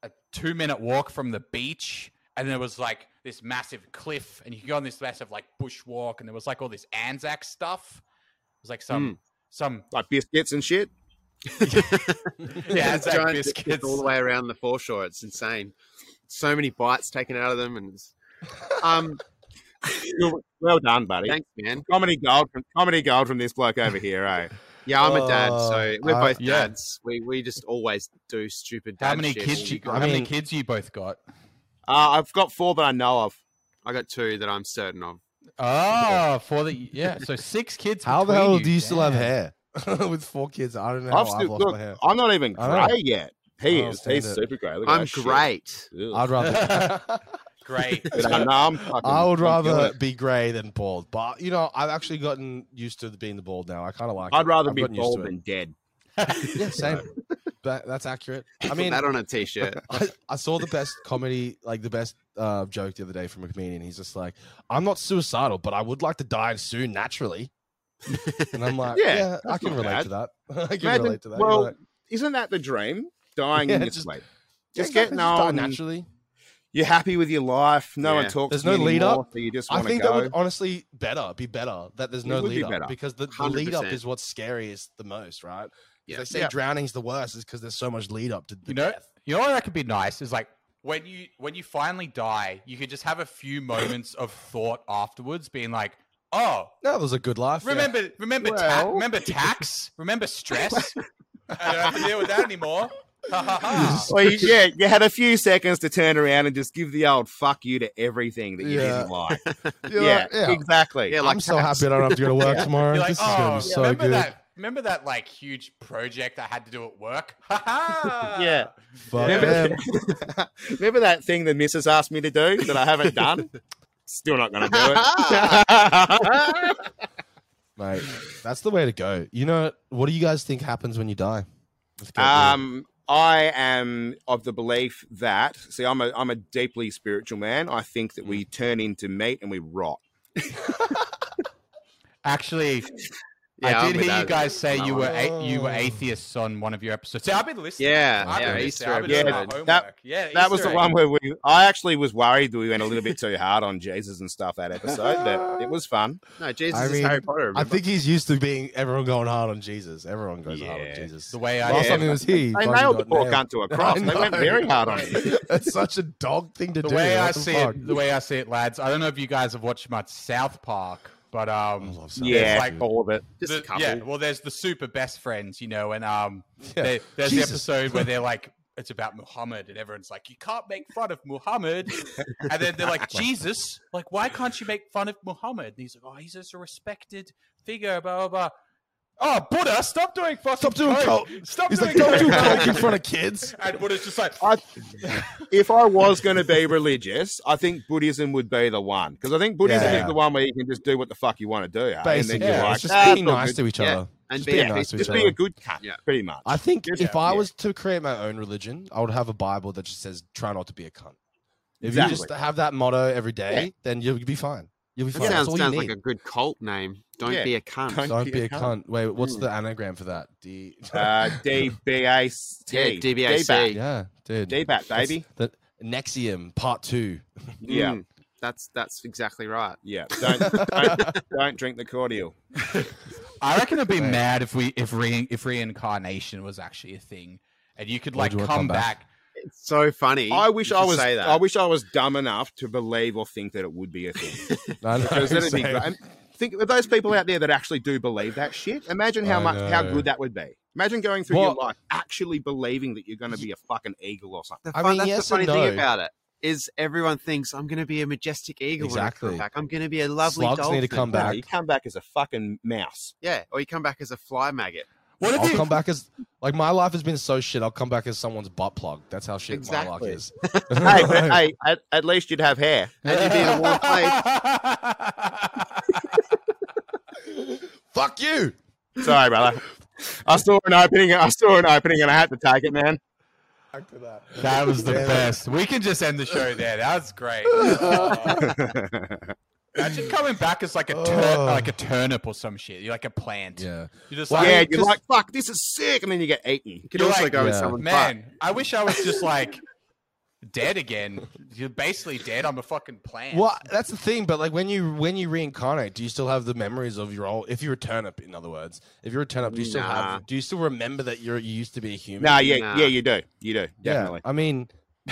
S1: a two minute walk from the beach and there was like this massive cliff and you could go on this massive like bush walk and there was like all this anzac stuff it was like
S4: Hmm.
S1: some some
S3: Like biscuits and shit.
S1: yeah
S4: It's
S1: anzac
S4: giant
S1: biscuits
S4: all the way around the foreshore. It's insane. So many bites taken out of them, and it's- um,
S3: Well done, buddy.
S4: thanks, man.
S3: Comedy gold from comedy gold from this bloke over here, eh? Oh,
S4: Yeah, I'm a dad,
S2: Uh,
S4: so we're
S2: uh,
S4: both
S1: yeah.
S4: dads. We we just always do stupid. Dad
S1: how many
S4: shit.
S1: kids you
S2: I
S1: how many
S2: mean-
S1: kids you both got
S3: Uh, I've got four that I know of.
S4: I got two that I'm certain of.
S1: oh for the yeah so six kids
S2: how the
S1: between
S2: hell do you still have
S1: damn.
S2: hair with four kids? I don't know.
S3: I've
S2: how
S3: still
S2: I've lost
S3: look.
S2: my hair.
S3: I'm not even
S2: I know.
S3: grey yet. He
S2: I
S3: is. He's
S2: understand it.
S3: super grey. Look at
S4: I'm
S3: that shit.
S4: great.
S3: Ugh.
S2: I'd rather.
S1: great
S3: But I, no, I'm fucking-
S2: I would
S3: I'm
S2: rather
S3: doing it.
S2: be grey than bald, but you know, I've actually gotten used to being the bald now. I kind of like.
S3: I'd
S2: it.
S3: rather
S2: I've
S3: be
S2: gotten used
S3: bald
S2: to
S3: than dead.
S2: it. Yeah, same. That, that's accurate. I
S4: Put
S2: mean,
S4: that on a t-shirt.
S2: I, I saw the best comedy, like the best uh, joke the other day from a comedian. He's just like, "I'm not suicidal, but I would like to die soon naturally." And I'm like,
S3: Yeah,
S2: "Yeah, I
S3: that's
S2: can
S3: not
S2: relate
S3: bad.
S2: to that. I can
S3: Imagine-
S2: relate to that."
S3: well,
S2: You're like,
S3: Isn't that the dream? Dying
S2: Yeah,
S3: in this
S2: just-
S3: way.
S2: "Yeah,
S3: Just
S2: exactly,
S3: getting
S2: die
S3: old. and
S2: naturally.
S3: You're happy with your life. No
S4: Yeah.
S3: one talks.
S2: There's
S3: to you
S2: no lead
S3: anymore,
S2: up.
S3: So you just
S2: I
S3: want to
S2: think
S3: go.
S2: that would honestly better be better that there's
S3: It
S2: no
S3: would be
S2: lead
S3: better.
S2: up because the, the lead up
S4: 100%.
S2: is what's scariest the most, right? 'Cause
S4: Yeah.
S2: They say
S3: Yeah.
S2: drowning's the worst is because there's so much lead up to the
S1: you know
S2: death.
S1: you know what that could be nice is like when you when you finally die you could just have a few moments of thought afterwards being like oh
S2: No, that was a good life. yeah.
S1: Remember, remember, ta-
S3: Well-
S1: remember tax. Remember stress. I don't have to deal with that anymore. Ha, ha, ha.
S3: Well, you, yeah, you had a few seconds to turn around and just give the old fuck you to everything that you
S2: Yeah.
S3: didn't like.
S2: You're
S3: yeah,
S2: like, yeah.
S3: exactly.
S4: Yeah,
S2: I'm
S4: like
S2: so happy I don't have to go to work tomorrow.
S1: You're like,
S2: this is
S1: oh,
S2: gonna be so
S1: remember
S2: good.
S1: that? Remember that like huge project I had to do at work? Ha, ha.
S3: Yeah.
S2: Fuck
S3: Remember-
S2: them.
S3: Remember that thing the missus asked me to do that I haven't done? Still not going to do it.
S2: Mate, that's the way to go. You know, what do you guys think happens when you die? Let's go with
S3: um, I am of the belief that, see, I'm a, I'm a deeply spiritual man. I think that
S2: Mm.
S3: we turn into meat and we rot.
S1: Actually,
S4: Yeah,
S1: I
S4: I'm
S1: did
S4: with
S1: hear you
S4: that.
S1: guys say you were a- you were
S2: Oh.
S1: atheists on one of your episodes. See, I've been listening.
S4: Yeah,
S1: I've
S4: yeah,
S1: been
S4: Easter
S1: listening. I've been
S4: egg.
S1: doing
S3: Yeah,
S1: my
S3: that-
S1: homework. yeah,
S3: That was
S1: Easter
S3: the
S1: egg.
S3: one where we. I actually was worried that we went a little bit too hard on Jesus and stuff that episode, but it was fun.
S4: No, Jesus
S2: I
S4: is
S2: mean,
S4: Harry Potter.
S2: I
S4: Remember?
S2: think he's used to being everyone going hard on Jesus. Everyone goes hard on
S3: Yeah.
S2: Jesus.
S1: The way I
S2: Last
S3: Yeah,
S2: time he was here, he
S3: They
S2: fucking
S3: nailed the
S2: got
S3: poor
S2: nailed.
S3: cunt to a cross.
S2: I
S3: They went
S2: know.
S3: very hard on him.
S2: That's such a dog thing to
S1: the
S2: do.
S1: way
S2: What
S1: I
S2: the
S1: see
S2: fuck?
S1: it, the way I see it, lads. I don't know if you guys have watched much South Park, but
S2: I
S1: um,
S2: love South
S3: Yeah,
S2: Park,
S1: like-
S2: dude.
S3: all of it.
S4: just a
S1: the-
S4: couple.
S1: yeah. Well, there's the super best friends, you know, and um,
S2: Yeah.
S1: there- there's
S2: Jesus.
S1: the episode where they're like. It's about Muhammad, and everyone's like, "You can't make fun of Muhammad." and then they're like, "Jesus, like, why can't you make fun of Muhammad?" And he's like, "Oh, he's just a respected figure." Blah blah blah. Oh, Buddha, stop doing fucking
S2: Stop doing
S1: coke.
S2: coke.
S1: Stop
S2: He's
S1: doing
S2: like, don't do
S1: coke."
S2: coke in front of kids.
S1: And Buddha's just like,
S3: I, if I was going to be religious, I think Buddhism would be the one because I think Buddhism
S2: Yeah.
S3: is the one where you can just do what the fuck you want to do. eh?
S2: Basically,
S3: and then you're
S1: yeah,
S3: like,
S2: it's just
S3: "Ah,
S2: being
S3: it's all
S2: nice
S3: good."
S2: to each
S4: Yeah.
S2: other.
S4: and
S2: Just
S4: being
S2: being
S4: yeah,
S2: nice to each
S3: just be a
S2: other.
S3: good cunt,
S4: Yeah.
S3: pretty much.
S2: I think
S3: Just-
S2: if I
S3: yeah.
S2: was to create my own religion, I would have a Bible that just says, "Try not to be a cunt." If
S3: Exactly.
S2: you just have that motto every day, then you'll be fine. You'll be
S4: that
S2: fine. That's all
S4: sounds,
S2: you
S4: sounds
S2: need.
S4: like a good cult name. Don't
S3: Yeah.
S4: be a cunt.
S3: Don't-
S2: Don't
S3: be
S2: be
S3: a
S2: a cunt. Wait, what's the anagram for that? D.
S3: Uh, DBAC.
S4: Yeah, DBAC.
S3: DBAC,
S2: yeah, dude.
S3: DBAC,
S2: That's
S3: baby.
S2: The Nexium Part Two.
S3: Yeah,
S4: Mm, that's that's exactly right.
S3: yeah. Don't, don't, don't drink the cordial.
S1: I reckon I'd be
S2: Right.
S1: mad if we if re, if reincarnation was actually a thing, and you could
S2: Why
S1: like
S2: do you
S1: come,
S2: wanna come
S1: back.
S2: back?
S4: It's so funny.
S3: I wish
S4: you
S3: I
S4: should
S3: was.
S4: say that.
S3: I wish I was dumb enough to believe or think that it would be a thing.
S2: I know,
S3: Because that'd be
S2: same.
S3: great. And Think of those people out there that actually do believe that shit. Imagine how
S2: I
S3: much, how
S2: know.
S3: good that would be. Imagine going through your
S2: Well-
S3: life actually believing that you're going to be a fucking eagle or something.
S4: The
S2: I
S4: fun-
S2: mean,
S4: that's
S2: yes
S4: the funny
S2: and
S4: thing
S2: no.
S4: about it is everyone thinks I'm going to be a majestic eagle when I
S2: Exactly.
S4: come back. I'm going to be a lovely
S2: Slugs
S4: dolphin.
S2: need to come
S3: No,
S2: back.
S3: you come back as a fucking mouse.
S4: Yeah, or you come back as a fly maggot.
S1: What
S2: I'll
S1: if you,
S2: come back as like my life has been so shit. I'll come back as someone's butt plug. That's how shit my
S4: Exactly.
S2: life is.
S3: hey, but, hey, at, at least you'd have hair.
S4: And you'd be in a warm place.
S2: Fuck you.
S3: Sorry, brother. I saw an opening. I saw an opening, and I had to take it, man.
S2: Back to that.
S1: that was the
S2: Yeah.
S1: best. We can just end the show there. That was great. Uh, Imagine coming back as like a tur-
S2: Oh.
S1: like a turnip or some shit. You're like a plant.
S2: Yeah.
S1: You're just
S3: yeah,
S1: like,
S3: you're
S1: just-
S3: like, fuck, this is sick, and then you get eaten.
S4: You could
S1: You're
S4: also
S1: like-
S4: go with
S2: Yeah.
S4: someone.
S1: man. I wish I was just like dead again. You're basically dead. I'm a fucking plant.
S2: Well, that's the thing, but like when you when you reincarnate, do you still have the memories of your old? If you're a turnip, in other words, if you're a turnip, do you still
S4: Nah.
S2: have? Do you still remember that you're you used to be a human?
S3: Nah, yeah,
S4: Nah.
S3: yeah, you do, you do,
S2: Yeah,
S3: definitely.
S2: I mean,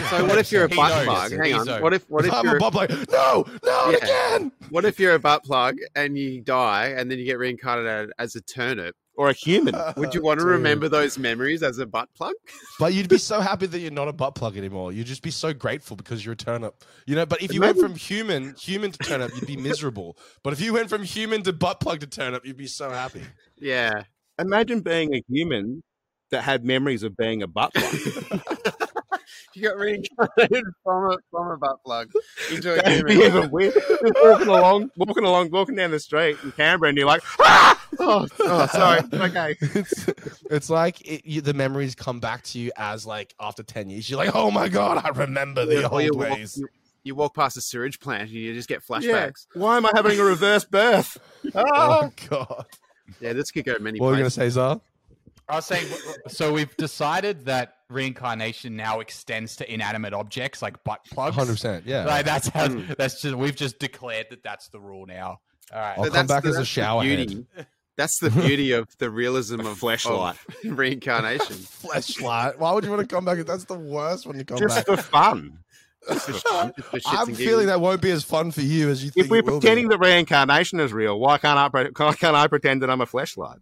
S4: So what if you're a
S1: He
S4: butt
S1: knows.
S4: plug? Hang
S1: He's
S4: on.
S1: over.
S4: What if what if
S2: I'm
S4: you're
S2: a bub like no, no
S4: Yeah.
S2: again.
S4: what if you're a butt plug and you die and then you get reincarnated as a turnip?
S3: Or a human.
S4: Would you want to
S2: Dude.
S4: remember those memories as a butt plug?
S2: But you'd be so happy that you're not a butt plug anymore. You'd just be so grateful because you're a turnip. You know, but if you went from human, human to turnip, you'd be miserable. But if you went from human to butt plug to turnip, you'd be so happy.
S4: Yeah.
S3: Imagine being a human that had memories of being a butler.
S4: You got reincarnated from a from a butt plug. Enjoy
S3: That'd be
S4: your
S3: even weird. Just walking along, walking along, walking down the street in Canberra, and you're like, ah! oh, oh, sorry, okay.
S2: It's, it's like it, you, the memories come back to you as like after ten years. You're like, oh my god, I remember the
S4: Or you
S2: old
S4: walk,
S2: ways.
S4: you, you walk past a sewage plant and you just get
S3: Yeah.
S4: flashbacks.
S3: Why am I having a reverse birth? Ah!
S2: Oh god.
S4: Yeah, this could go many
S2: What were you gonna
S4: places.
S2: say, Zar?
S1: I was saying, so we've decided that reincarnation now extends to inanimate objects like butt plugs.
S2: Hundred percent. Yeah.
S1: Like that's how,
S4: Mm.
S1: that's just we've just declared that that's the rule now. All right.
S2: I'll
S4: So
S2: come
S4: that's
S2: back
S4: the-
S2: as a
S4: that's the
S2: shower
S4: beauty. That's the beauty of the realism
S3: A
S4: of
S3: fleshlight.
S4: of reincarnation.
S2: Flashlight. Why would you want to come back? That's the worst when you come
S3: Oh, Just
S2: back.
S3: for fun.
S4: Just for shits
S2: I'm feeling
S4: and giggles.
S2: that won't be as fun for you as you think.
S3: If we're
S2: it will be.
S3: pretending that reincarnation is real, why can't I? pre- Why can't I pretend that I'm a fleshlight?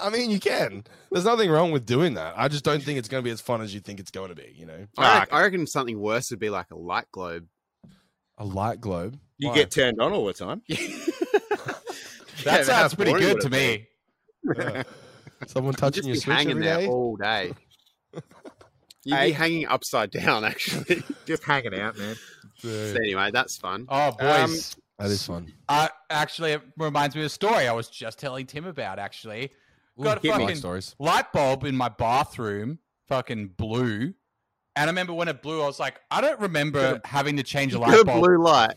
S2: I mean, you can. There's nothing wrong with doing that. I just don't think it's going to be as fun as you think it's going to be. You know,
S4: I, reckon, I reckon something worse would be like a light globe.
S2: a light globe.
S3: You
S2: Why?
S3: get turned on all the time.
S1: That
S4: Yeah,
S1: sounds
S4: how
S1: pretty
S4: boring
S1: good
S4: would
S1: to
S4: it be?
S1: me.
S2: Yeah. someone
S4: You'd
S2: touching
S4: just
S2: your
S4: be
S2: switch
S4: hanging
S2: every
S4: there
S2: day.
S4: all day. You'd
S3: Hey.
S4: be hanging upside down, actually.
S3: Just hanging out, man.
S4: So
S2: Dude,
S4: anyway, that's fun.
S1: Oh, boys.
S2: that is fun.
S1: uh, actually, it reminds me of a story I was just telling Tim about, actually. Got a
S2: Ooh,
S1: fucking
S2: life stories.
S1: light bulb in my bathroom, fucking blue. And I remember when it blew, I was like, I don't remember having to change a
S4: Good
S1: light bulb.
S4: blue light.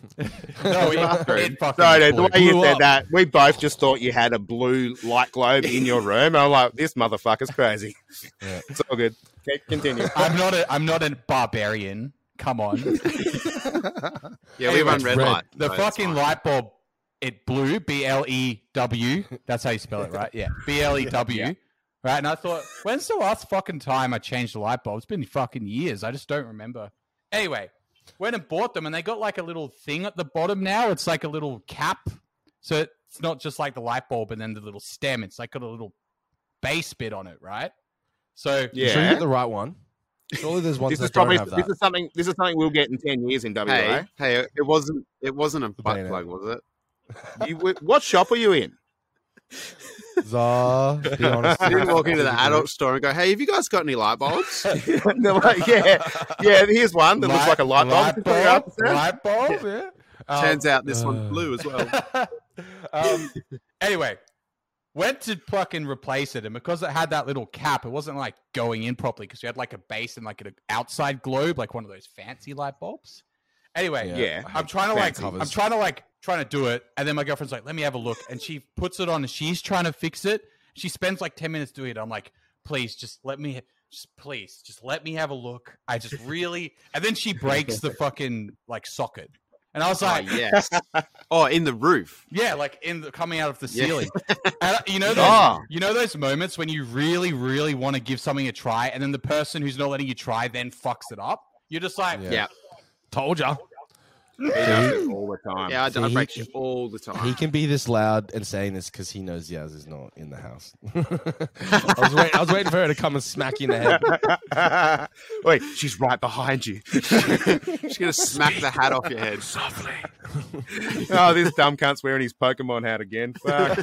S1: No,
S4: bathroom.
S1: it, it fucking
S3: Sorry, dude, the
S1: blew.
S3: way you
S1: Blew
S3: said
S1: up.
S3: that, we both
S2: Oh.
S3: just thought you had a blue light globe in your room. I'm like, this motherfucker's crazy.
S2: Yeah.
S3: It's all good. Okay, continue.
S1: I'm not a I'm not a barbarian. Come on.
S4: Yeah, we
S1: Anyway,
S4: run
S1: it's
S4: red,
S2: red.
S4: light.
S1: The
S4: so it's
S1: fucking
S4: fine.
S1: light bulb it blew, B L E W. That's how you spell it, right? Yeah. B L E W. Right. And I thought, when's the last fucking time I changed the light bulb? It's been fucking years. I just don't remember. Anyway, went and bought them and they got like a little thing at the bottom now. It's like a little cap. So it's not just like the light bulb and then the little stem. It's like got a little base bit on it, right? So
S2: You sure you
S3: Yeah.
S2: get the right one? Surely there's ones
S3: This is
S2: that don't
S3: probably
S2: have that.
S3: this is something this is something we'll get in ten years in WA.
S4: Hey, hey, it wasn't it wasn't a butt
S2: bayonet.
S4: plug, was it?
S3: You, wh- what shop were you in?
S2: Zah, be honest.
S4: I didn't walk into the adult store and go, "Hey, have you guys got any light bulbs?"
S3: They're like, yeah, yeah. Here's one that looks like a light bulb.
S1: Light bulb. Light bulb, yeah. Um,
S4: Turns out this
S2: uh,
S4: one's blue as well.
S1: um, anyway, went to fucking replace it, and because it had that little cap, it wasn't like going in properly because you had like a base and like an outside globe, like one of those fancy light bulbs. Anyway,
S3: Yeah.
S1: I'm trying to like,
S2: Fancy covers.
S1: I'm trying to like, trying to do it, and then my girlfriend's like, "Let me have a look," and she puts it on, and she's trying to fix it. She spends like ten minutes doing it. I'm like, "Please, just let me." Just please, just let me have a look. I just really, and then she breaks the fucking like socket, and I was
S4: Oh,
S1: like,
S4: yes. oh, in the roof.
S1: yeah, like in the, coming out of the
S4: Yeah.
S1: ceiling. and, uh, you know those,
S3: Ah.
S1: you know those moments when you really, really want to give something a try, and then the person who's not letting you try then fucks it up. You're just like,
S2: Yeah.
S4: Yeah,
S2: Told ya.
S3: all the time.
S4: yeah, I,
S2: So
S4: I
S2: he-
S4: break shit all the time.
S2: He can be this loud and saying this because he knows Yaz is not in the house. I, was wait- I was waiting for her to come and smack you in the head.
S3: Wait, she's right behind you.
S4: She's gonna smack the hat off your head. Softly.
S3: oh, this dumb cunt's wearing his Pokemon hat again. Fuck.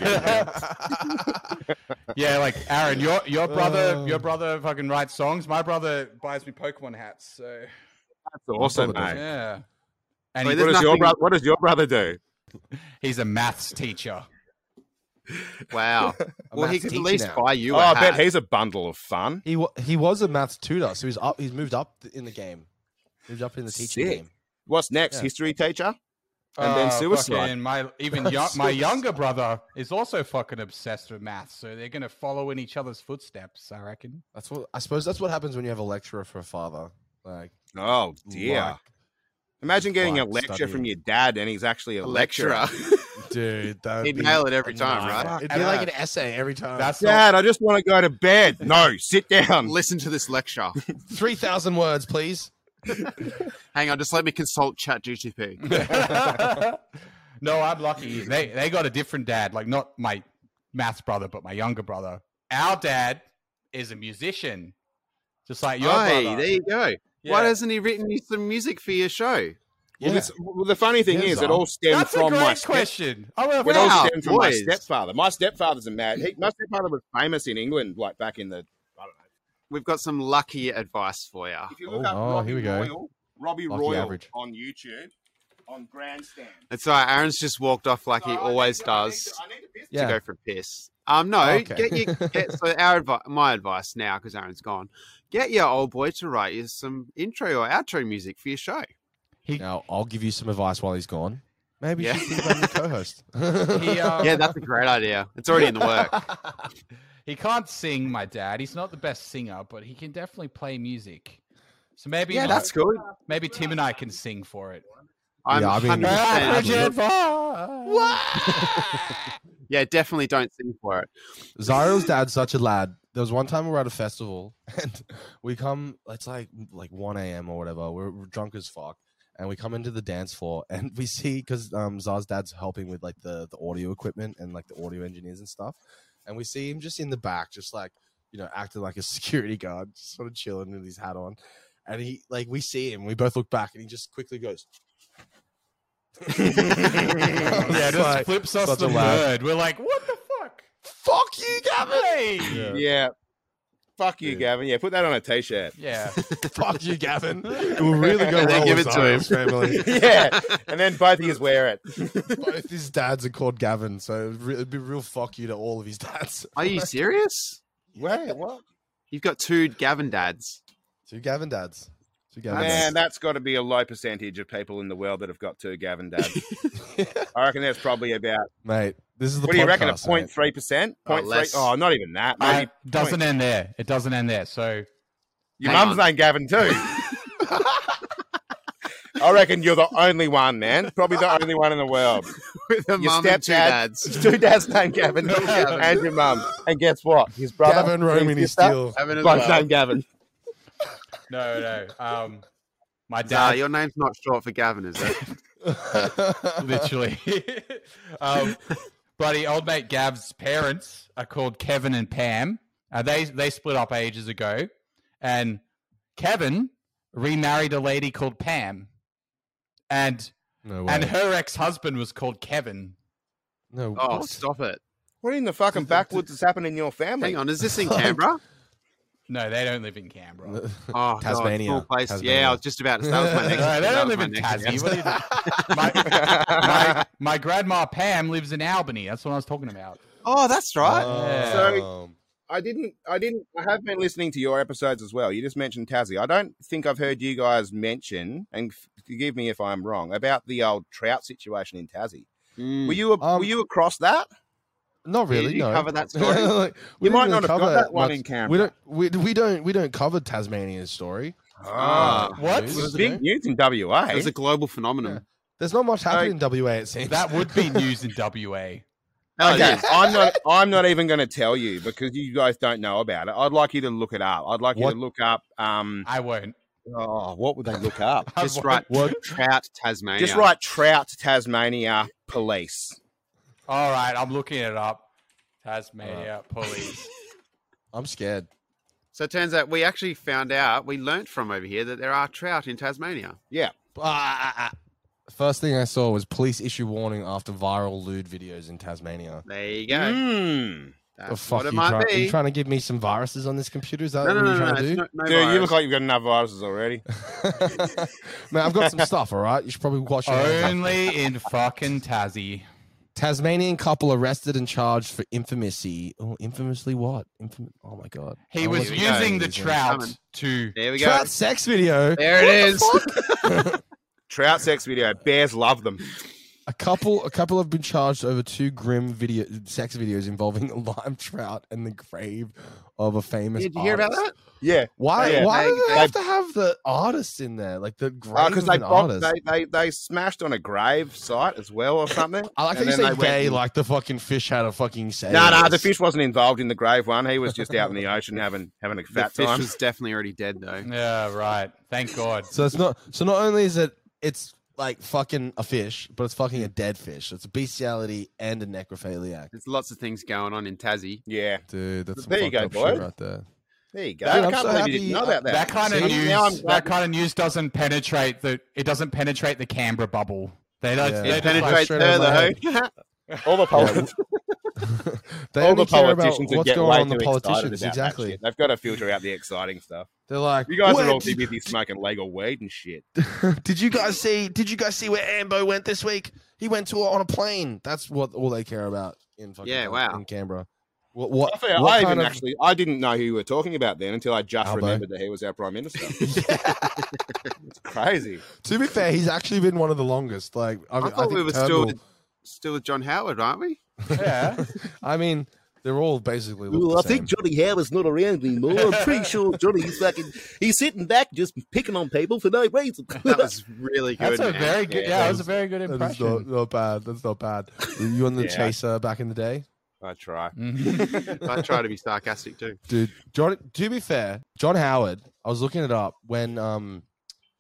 S1: yeah, like Aaron, your your
S3: Uh.
S1: brother,
S2: Oh.
S1: your brother fucking writes songs. My brother buys me Pokemon hats. So
S3: That's awesome, mate.
S1: yeah, and
S4: Wait,
S1: he-
S3: What
S4: There's
S3: does your
S4: nothing-
S3: brother? What does your brother do?
S1: he's a maths teacher.
S4: Wow. well,
S2: maths
S4: he could at
S2: teacher
S4: least
S2: now.
S4: buy you.
S3: Oh,
S4: a
S3: I
S4: hat.
S3: bet he's a bundle of fun.
S2: He wa- he was a maths tutor, so he's up. He's moved up th- in the game. Moved up in the teaching
S3: Sick.
S2: game.
S3: What's next?
S2: Yeah.
S3: History teacher. And then suicide.
S1: Uh, fucking my even yo- my younger brother is also fucking obsessed with maths, so they're gonna follow in each other's footsteps. I reckon.
S2: That's what I suppose. That's what happens when you have a lecturer for a father. Like,
S3: Oh dear! Imagine getting a
S2: like
S3: lecture from
S2: studying.
S3: your dad, and he's actually a,
S4: a
S3: lecturer.
S4: lecturer.
S2: like dude, that would
S4: He'd
S2: be-
S4: nail it every time,
S2: Nah,
S4: right?
S2: It'd be
S4: Yeah.
S2: like an essay every
S3: Uh,
S2: time.
S1: That's not-
S3: Dad, I just want to go to bed. No, sit down.
S4: Listen to this lecture.
S2: three thousand words, please.
S4: Hang on, just let me consult ChatGTP.
S1: no, I'm lucky. They they got a different dad, like not my maths brother, but my younger brother. Our dad is a musician, just like your
S4: hey,
S1: brother.
S4: there you go.
S1: Yeah.
S4: Why hasn't he written you some music for your show?
S3: Well,
S2: Yeah.
S3: this, well, the funny thing
S2: Yeah,
S3: is, it
S2: Zom.
S3: all stemmed
S1: That's a
S3: from my
S1: great
S3: step-
S1: question. I would
S3: It all
S4: Wow,
S3: stemmed from my
S4: boys.
S3: stepfather. My stepfather's a mad. He, my stepfather was famous in England, like back in the. I don't know.
S4: We've got some lucky advice for you.
S3: If you look
S2: Oh,
S3: up
S2: oh,
S3: Robbie
S2: here we go.
S3: Royal, Robbie
S2: Lucky
S3: Royal
S2: average.
S3: on YouTube, on Grandstand.
S4: That's all right. Aaron's just walked off like
S3: So
S4: he
S3: Oh, I
S4: always
S3: need to- I need
S4: does
S3: to- I need to piss.
S4: to
S2: Yeah,
S4: go for a piss. Um, no,
S2: Okay.
S4: get your get, so our advice, my advice now because Aaron's gone. Get your old boy to write you some intro or outro music for your show.
S2: Now, I'll give you some advice while he's gone. Maybe
S4: Yeah.
S2: you should think about the co-host.
S1: He, uh,
S4: Yeah, that's a great idea. It's already in the work.
S1: he can't sing, my dad. He's not the best singer, but he can definitely play music. So maybe
S4: Yeah,
S1: you
S4: that's
S1: know,
S4: cool.
S1: maybe Tim and I can sing for it. Ah,
S4: I'm
S2: Yeah, I mean-
S4: 100%
S2: Virgin
S4: Yeah, definitely don't sing for it.
S2: Zyro's dad's such a lad. There was one time we were at a festival and we come, it's like like 1 a.m. or whatever. We're, we're drunk as fuck. And we come into the dance floor and we see because um Zar's dad's helping with like the, the audio equipment and like the audio engineers and stuff. And we see him just in the back, just like, you know, acting like a security guard, just sort of chilling with his hat on. And he like we see him, we both look back and he just quickly goes,
S1: yeah,
S2: Yeah,
S1: just
S2: like
S1: flips us
S2: such
S1: the
S2: a lad.
S1: bird. We're like, what the fuck?
S2: Fuck you, Gavin!
S1: Hey!
S2: Yeah.
S3: Yeah. Fuck you,
S2: Yeah.
S3: Gavin. Yeah, put that on a t-shirt.
S1: Yeah.
S2: Fuck you, Gavin. It will really go
S4: And then
S2: well
S4: give
S2: with
S4: it to him.
S2: Zyro's family.
S3: yeah, and then both of you wear it.
S2: Both his dads are called Gavin, so it'd re- it'd be real fuck you to all of his dads.
S4: Are you serious?
S2: Wait,
S3: what?
S4: You've got two Gavin dads.
S2: Two Gavin dads. So Gavin
S3: Man,
S2: Dad.
S3: that's got to be a low percentage of people in the world that have got two Gavin dads. I reckon that's probably about,
S2: mate, this is the
S3: what do you reckon, a
S2: podcast, mate.
S3: 0.3%? 0.3?
S4: Oh,
S3: Oh,
S4: less.
S3: not even that.
S1: Uh,
S3: Maybe
S1: doesn't end there. It doesn't end there. So
S3: Your
S4: Hang
S3: mum's
S4: on.
S3: named Gavin too. I reckon you're the only one, man. Probably the only one in the world.
S4: With a
S3: Your
S4: mum and two
S3: stepdad-
S4: dads.
S3: Two dads named Gavin,
S4: Gavin.
S3: and your mum. And guess what? His brother,
S2: Gavin
S3: his
S2: Roman is
S3: sister,
S2: still.
S4: Having as
S3: both
S4: well.
S3: named Gavin.
S1: no, no. Um, my
S4: Zah,
S1: dad
S4: your name's not short for Gavin, is it?
S1: literally. um, buddy, old mate Gav's parents are called Kevin and Pam. Uh, they they split up ages ago, and Kevin remarried a lady called Pam, and
S2: no
S1: and
S2: way.
S1: her ex husband was called Kevin.
S2: No.
S4: Oh,
S2: what?
S4: stop it.
S3: What in the fucking backwoods has happened in your family?
S4: Hang on, is this in Canberra?
S1: No, they don't live in Canberra.
S4: Oh,
S2: Tasmania.
S4: God, cool place.
S2: Tasmania.
S4: Yeah, I was just about to say that was my next.
S1: No, they
S4: that
S1: don't
S4: was
S1: live
S4: my
S1: in
S4: next
S1: Tassie.
S4: guess.
S1: What are you doing? My, my, my grandma Pam lives in Albany. That's what I was talking about.
S4: Oh, that's right.
S2: Um,
S1: Yeah.
S3: So- I didn't. I didn't. I have been listening to your episodes as well. You just mentioned Tassie. I don't think I've heard you guys mention, and f- forgive me if I'm wrong, about the old trout situation in Tassie. Were
S4: Hmm.
S3: you? A,
S2: Um,
S3: were you across that?
S2: Not really.
S4: Did you
S2: no.
S4: cover that story?
S2: Like, we
S3: You might
S2: didn't
S3: not have got
S2: cover
S3: that one
S2: much-
S3: in Canberra.
S2: We don't. We, we don't. We don't cover Tasmania's story.
S4: Ah.
S2: Uh,
S1: What?
S2: news,
S3: It was
S2: you know?
S3: big news in WA.
S4: It was a global phenomenon.
S2: There's not much happening in WA. It seems
S1: That would be news in WA.
S4: Oh,
S3: Okay,
S4: yes.
S3: I'm not. I'm not even going to tell you because you guys don't know about it. I'd like you to look it up. I'd like you
S2: What?
S3: to look up. Um,
S1: I won't.
S3: oh, what would they look up?
S1: I
S4: Just
S1: won't.
S4: write
S2: What?
S4: Trout, Tasmania.
S3: Just write trout Tasmania police.
S1: All right, I'm looking it up. Tasmania police.
S2: I'm scared.
S4: So it turns out we actually found out, we learnt from over here that there are trout in Tasmania.
S2: Ah, First thing I saw was police issue warning after viral lewd videos in Tasmania.
S4: There you go.
S3: Mm.
S4: That's
S2: The fuck
S4: what
S2: you
S4: it might
S2: try-
S4: be.
S2: are you trying to give me some viruses on this computer? Is that
S4: no, no,
S2: what
S4: no,
S2: you're
S4: no,
S2: trying
S4: no,
S2: to
S4: it's
S2: do?
S4: no, no
S3: Dude, you look
S4: virus.
S3: like you've got enough viruses already.
S2: Man, I've got some stuff. All right, you should probably watch. your hands after.
S1: Only in fucking Tassie.
S2: Tasmanian couple arrested and charged for infamously. Oh, infamously what? Infam- oh my god.
S1: He
S2: I
S1: was
S2: wasn't
S4: we go.
S1: using the
S2: using-
S1: trout
S4: Coming.
S1: to.
S4: There we go.
S2: Trout sex video.
S4: There it is.
S3: Trout sex video. Bears love them.
S2: A couple, a couple have been charged over two grim video sex videos involving a live trout and the grave of a famous.
S4: Did you hear about
S2: artist.
S4: that?
S3: Yeah,
S2: Why?
S3: Oh, Yeah,
S2: why
S4: they-
S2: do they,
S3: they-
S2: have to have the artist in there, like the grave
S3: because
S2: of
S3: uh, they,
S2: an
S3: bombed-
S2: artist?
S3: they they they smashed on a grave site as well or something.
S2: I like how
S3: and
S2: you
S3: then they
S2: say
S3: went
S2: gay,
S3: and-
S2: like the fucking fish had a fucking say.
S3: No, no,
S2: in
S3: the
S2: this.
S3: fish wasn't involved in the grave one. He was just out in the ocean having having a
S4: the
S3: fat
S4: fish
S3: time.
S4: was definitely already dead, though.
S1: Yeah, right. Thank God.
S2: So it's not. So not only is it, it's like fucking a fish, but it's fucking a dead fish. It's a bestiality and a necrophiliac.
S4: There's lots of things going on in Tassie.
S3: Yeah,
S2: Dude, that's
S3: some There you fucked go, up shit boy.
S2: right there.
S3: there you go.
S2: Dude,
S3: I
S2: I'm
S3: can't
S2: so
S3: believe
S2: happy-
S3: you didn't know about that.
S1: That kind of
S2: See?
S1: news.
S3: Now I'm glad
S1: That kind of news doesn't penetrate the. It doesn't penetrate the Canberra bubble. They don't.
S2: Yeah.
S1: They
S2: It
S1: just like-
S2: penetrates-
S3: Penetrate
S2: straight over my
S3: further. All the politicians,
S2: they
S3: all
S2: only
S3: the
S2: care about
S3: politicians would
S2: what's
S3: get
S2: going
S3: way
S2: on the
S3: too excited
S2: politicians.
S3: about that
S2: Exactly.
S3: shit. They've got to filter out the exciting stuff.
S2: They're like,
S3: You guys
S2: "Wait,
S3: are all too
S2: did,
S3: busy smoking legal weed and shit.
S2: did you guys see? Did you guys see where Ambo went this week? He went to on a plane. That's what all they care about in fucking
S4: Yeah, wow.
S2: in Canberra. What? What?
S3: I, feel-
S2: what
S3: I
S2: kind
S3: even
S2: of-
S3: actually I didn't know who you were talking about then until I just
S2: Albo.
S3: remembered that he was our prime minister. it's crazy.
S2: To be fair, he's actually been one of the longest. Like I,
S4: I
S2: mean, I
S4: thought
S2: think
S4: we were
S2: Turnbull-
S4: still still with John Howard, aren't we?
S1: Yeah.
S2: I mean, they're all basically. look the same.
S5: Johnny Howard's not around anymore. I'm pretty sure Johnny's fucking. He's sitting back just picking on people for no reason.
S4: That was really good.
S1: That's a
S4: man.
S1: very good.
S3: Yeah,
S1: Yeah,
S2: that
S1: that was a
S2: was-
S1: very good
S2: That is not,
S1: impression.
S2: not bad. That's not bad. Were you on the
S3: Yeah.
S2: chaser back in the day,
S3: I try.
S1: Mhm.
S4: I try to be sarcastic too.
S2: dude? John, to be fair, John Howard. I was looking it up when um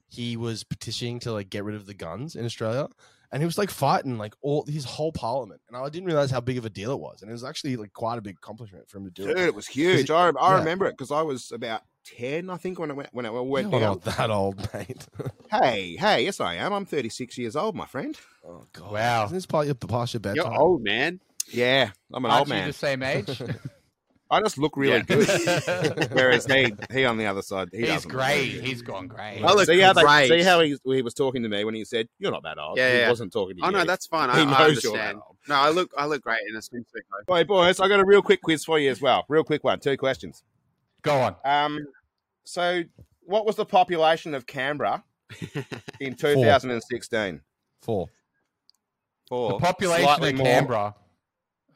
S2: he was petitioning to like get rid of the guns in Australia, and he was like fighting like all his whole parliament, and I didn't realize how big of a deal it was, and it was actually like quite a big accomplishment for him to do
S3: Dude,
S2: it.
S3: it was
S2: it-
S3: huge. I, I
S2: yeah.
S3: remember it because I was about ten, I think, when I went when I went
S2: You're
S3: down.
S2: not that old, mate.
S3: Hey, hey, yes, I am. I'm 36 years old, my friend.
S2: Oh god!
S1: Wow.
S2: Isn't this part your past your bedtime?
S4: You're old, man.
S3: Yeah, I'm an old
S1: Aren't you
S3: man.
S1: the same age?
S3: I just look really good. Whereas he, he on the other side, he
S1: He's
S3: doesn't look
S1: great.
S3: good.
S1: He's gone great.
S4: I look
S3: see how
S4: great.
S3: see how he, he was talking to me when he said, "You're not that old."
S4: Yeah,
S3: he
S4: yeah.
S3: wasn't talking to
S4: Oh
S3: you.
S4: no, that's fine.
S3: he
S4: I, I
S3: knows you're that
S4: understand.
S3: old.
S4: No, I look I look great in a swimsuit. though.
S3: Hey boys, I got a real quick quiz for you as well. Real quick one, two questions.
S1: Go on.
S3: Um, so what was the population of Canberra in 2016?
S2: Four.
S1: The
S4: Four.
S1: population
S3: slightly
S1: of
S3: more.
S1: Canberra.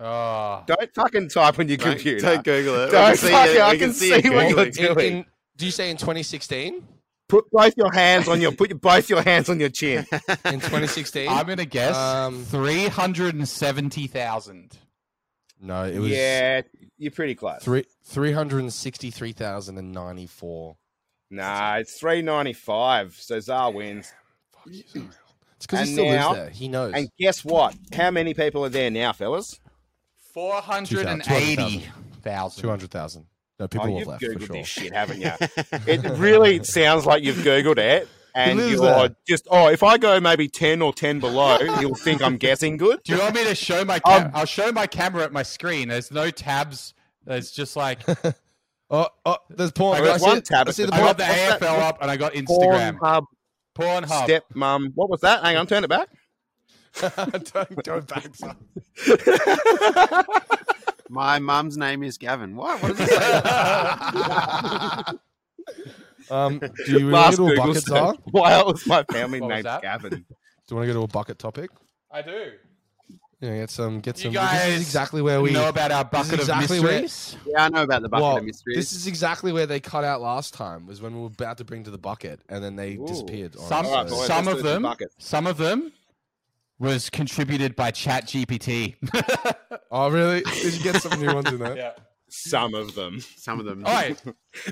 S1: Oh.
S3: Don't fucking type on your
S4: Don't-
S3: computer.
S4: Don't Google it.
S3: Don't
S4: we can see,
S3: fucking-
S4: it.
S3: I
S4: we
S3: can
S4: it
S3: see what
S4: Googling.
S3: you're
S2: In- in-
S3: doing.
S2: do you say in 2016?
S3: Put both your hands on your put your, both your hands on your chin.
S2: In 2016?
S1: Uh, I'm going to guess
S2: Um,
S1: 370,000.
S2: no, it was
S3: yeah, you're pretty close.
S2: three three hundred and sixty three thousand and ninety four.
S3: Nah, it's 395. So Zar wins.
S2: It's because
S3: And
S2: he still
S3: now-
S2: lives there. He knows.
S3: And guess what? How many people are there now, fellas?
S1: 480,000.
S2: Two hundred thousand. No, people
S3: oh,
S2: will
S3: you've
S2: have left for
S3: Googled
S2: sure.
S3: this shit, haven't you? it really sounds like you've Googled it. And
S2: lives
S3: you
S2: there.
S3: are just, oh, if I go maybe 10 or 10 below, you'll think I'm guessing good.
S1: Do you want me to show
S2: Um,
S1: my cam- I'll show my camera at my screen. There's no tabs. There's just like I
S2: Oh, oh, there's porn.
S3: I got
S2: see
S3: one
S2: it.
S3: tab
S2: I
S3: at
S2: see
S3: the
S2: the
S3: top.
S2: porn.
S1: got the
S3: what's that?
S1: AFL up and I got Instagram.
S3: Pornhub,
S1: Pornhub.
S3: stepmom. What was that? Hang on, turn it back.
S2: don't go back. son.
S4: My mum's name is Gavin. What? What does it say?
S2: Um, do you want to
S3: Last
S2: go to a
S3: Google
S2: bucket, Zara?
S3: search. Why else my family
S1: What was
S3: named
S1: that?
S3: Gavin?
S2: Do you want to go to a bucket topic?
S1: I do.
S2: Yeah, get some. Get
S1: You
S2: some. this
S1: guys
S2: is exactly where we
S1: know about our
S2: this is
S1: bucket
S2: exactly
S1: of
S2: where-
S1: mysteries.
S4: yeah, I know about the bucket
S2: Well,
S4: of mysteries.
S2: This is exactly where they cut out last time. Was when we were about to bring to the bucket, and then they
S3: Ooh.
S2: disappeared. on
S1: Some
S2: us,
S3: Alright,
S2: so-
S3: boys.
S1: some of
S3: let's do the
S1: them
S3: bucket.
S1: some of them was contributed by Chat GPT.
S2: Oh, really? Did you get some new ones in there?
S1: yeah.
S3: Some of them.
S4: Some of them.
S1: All right.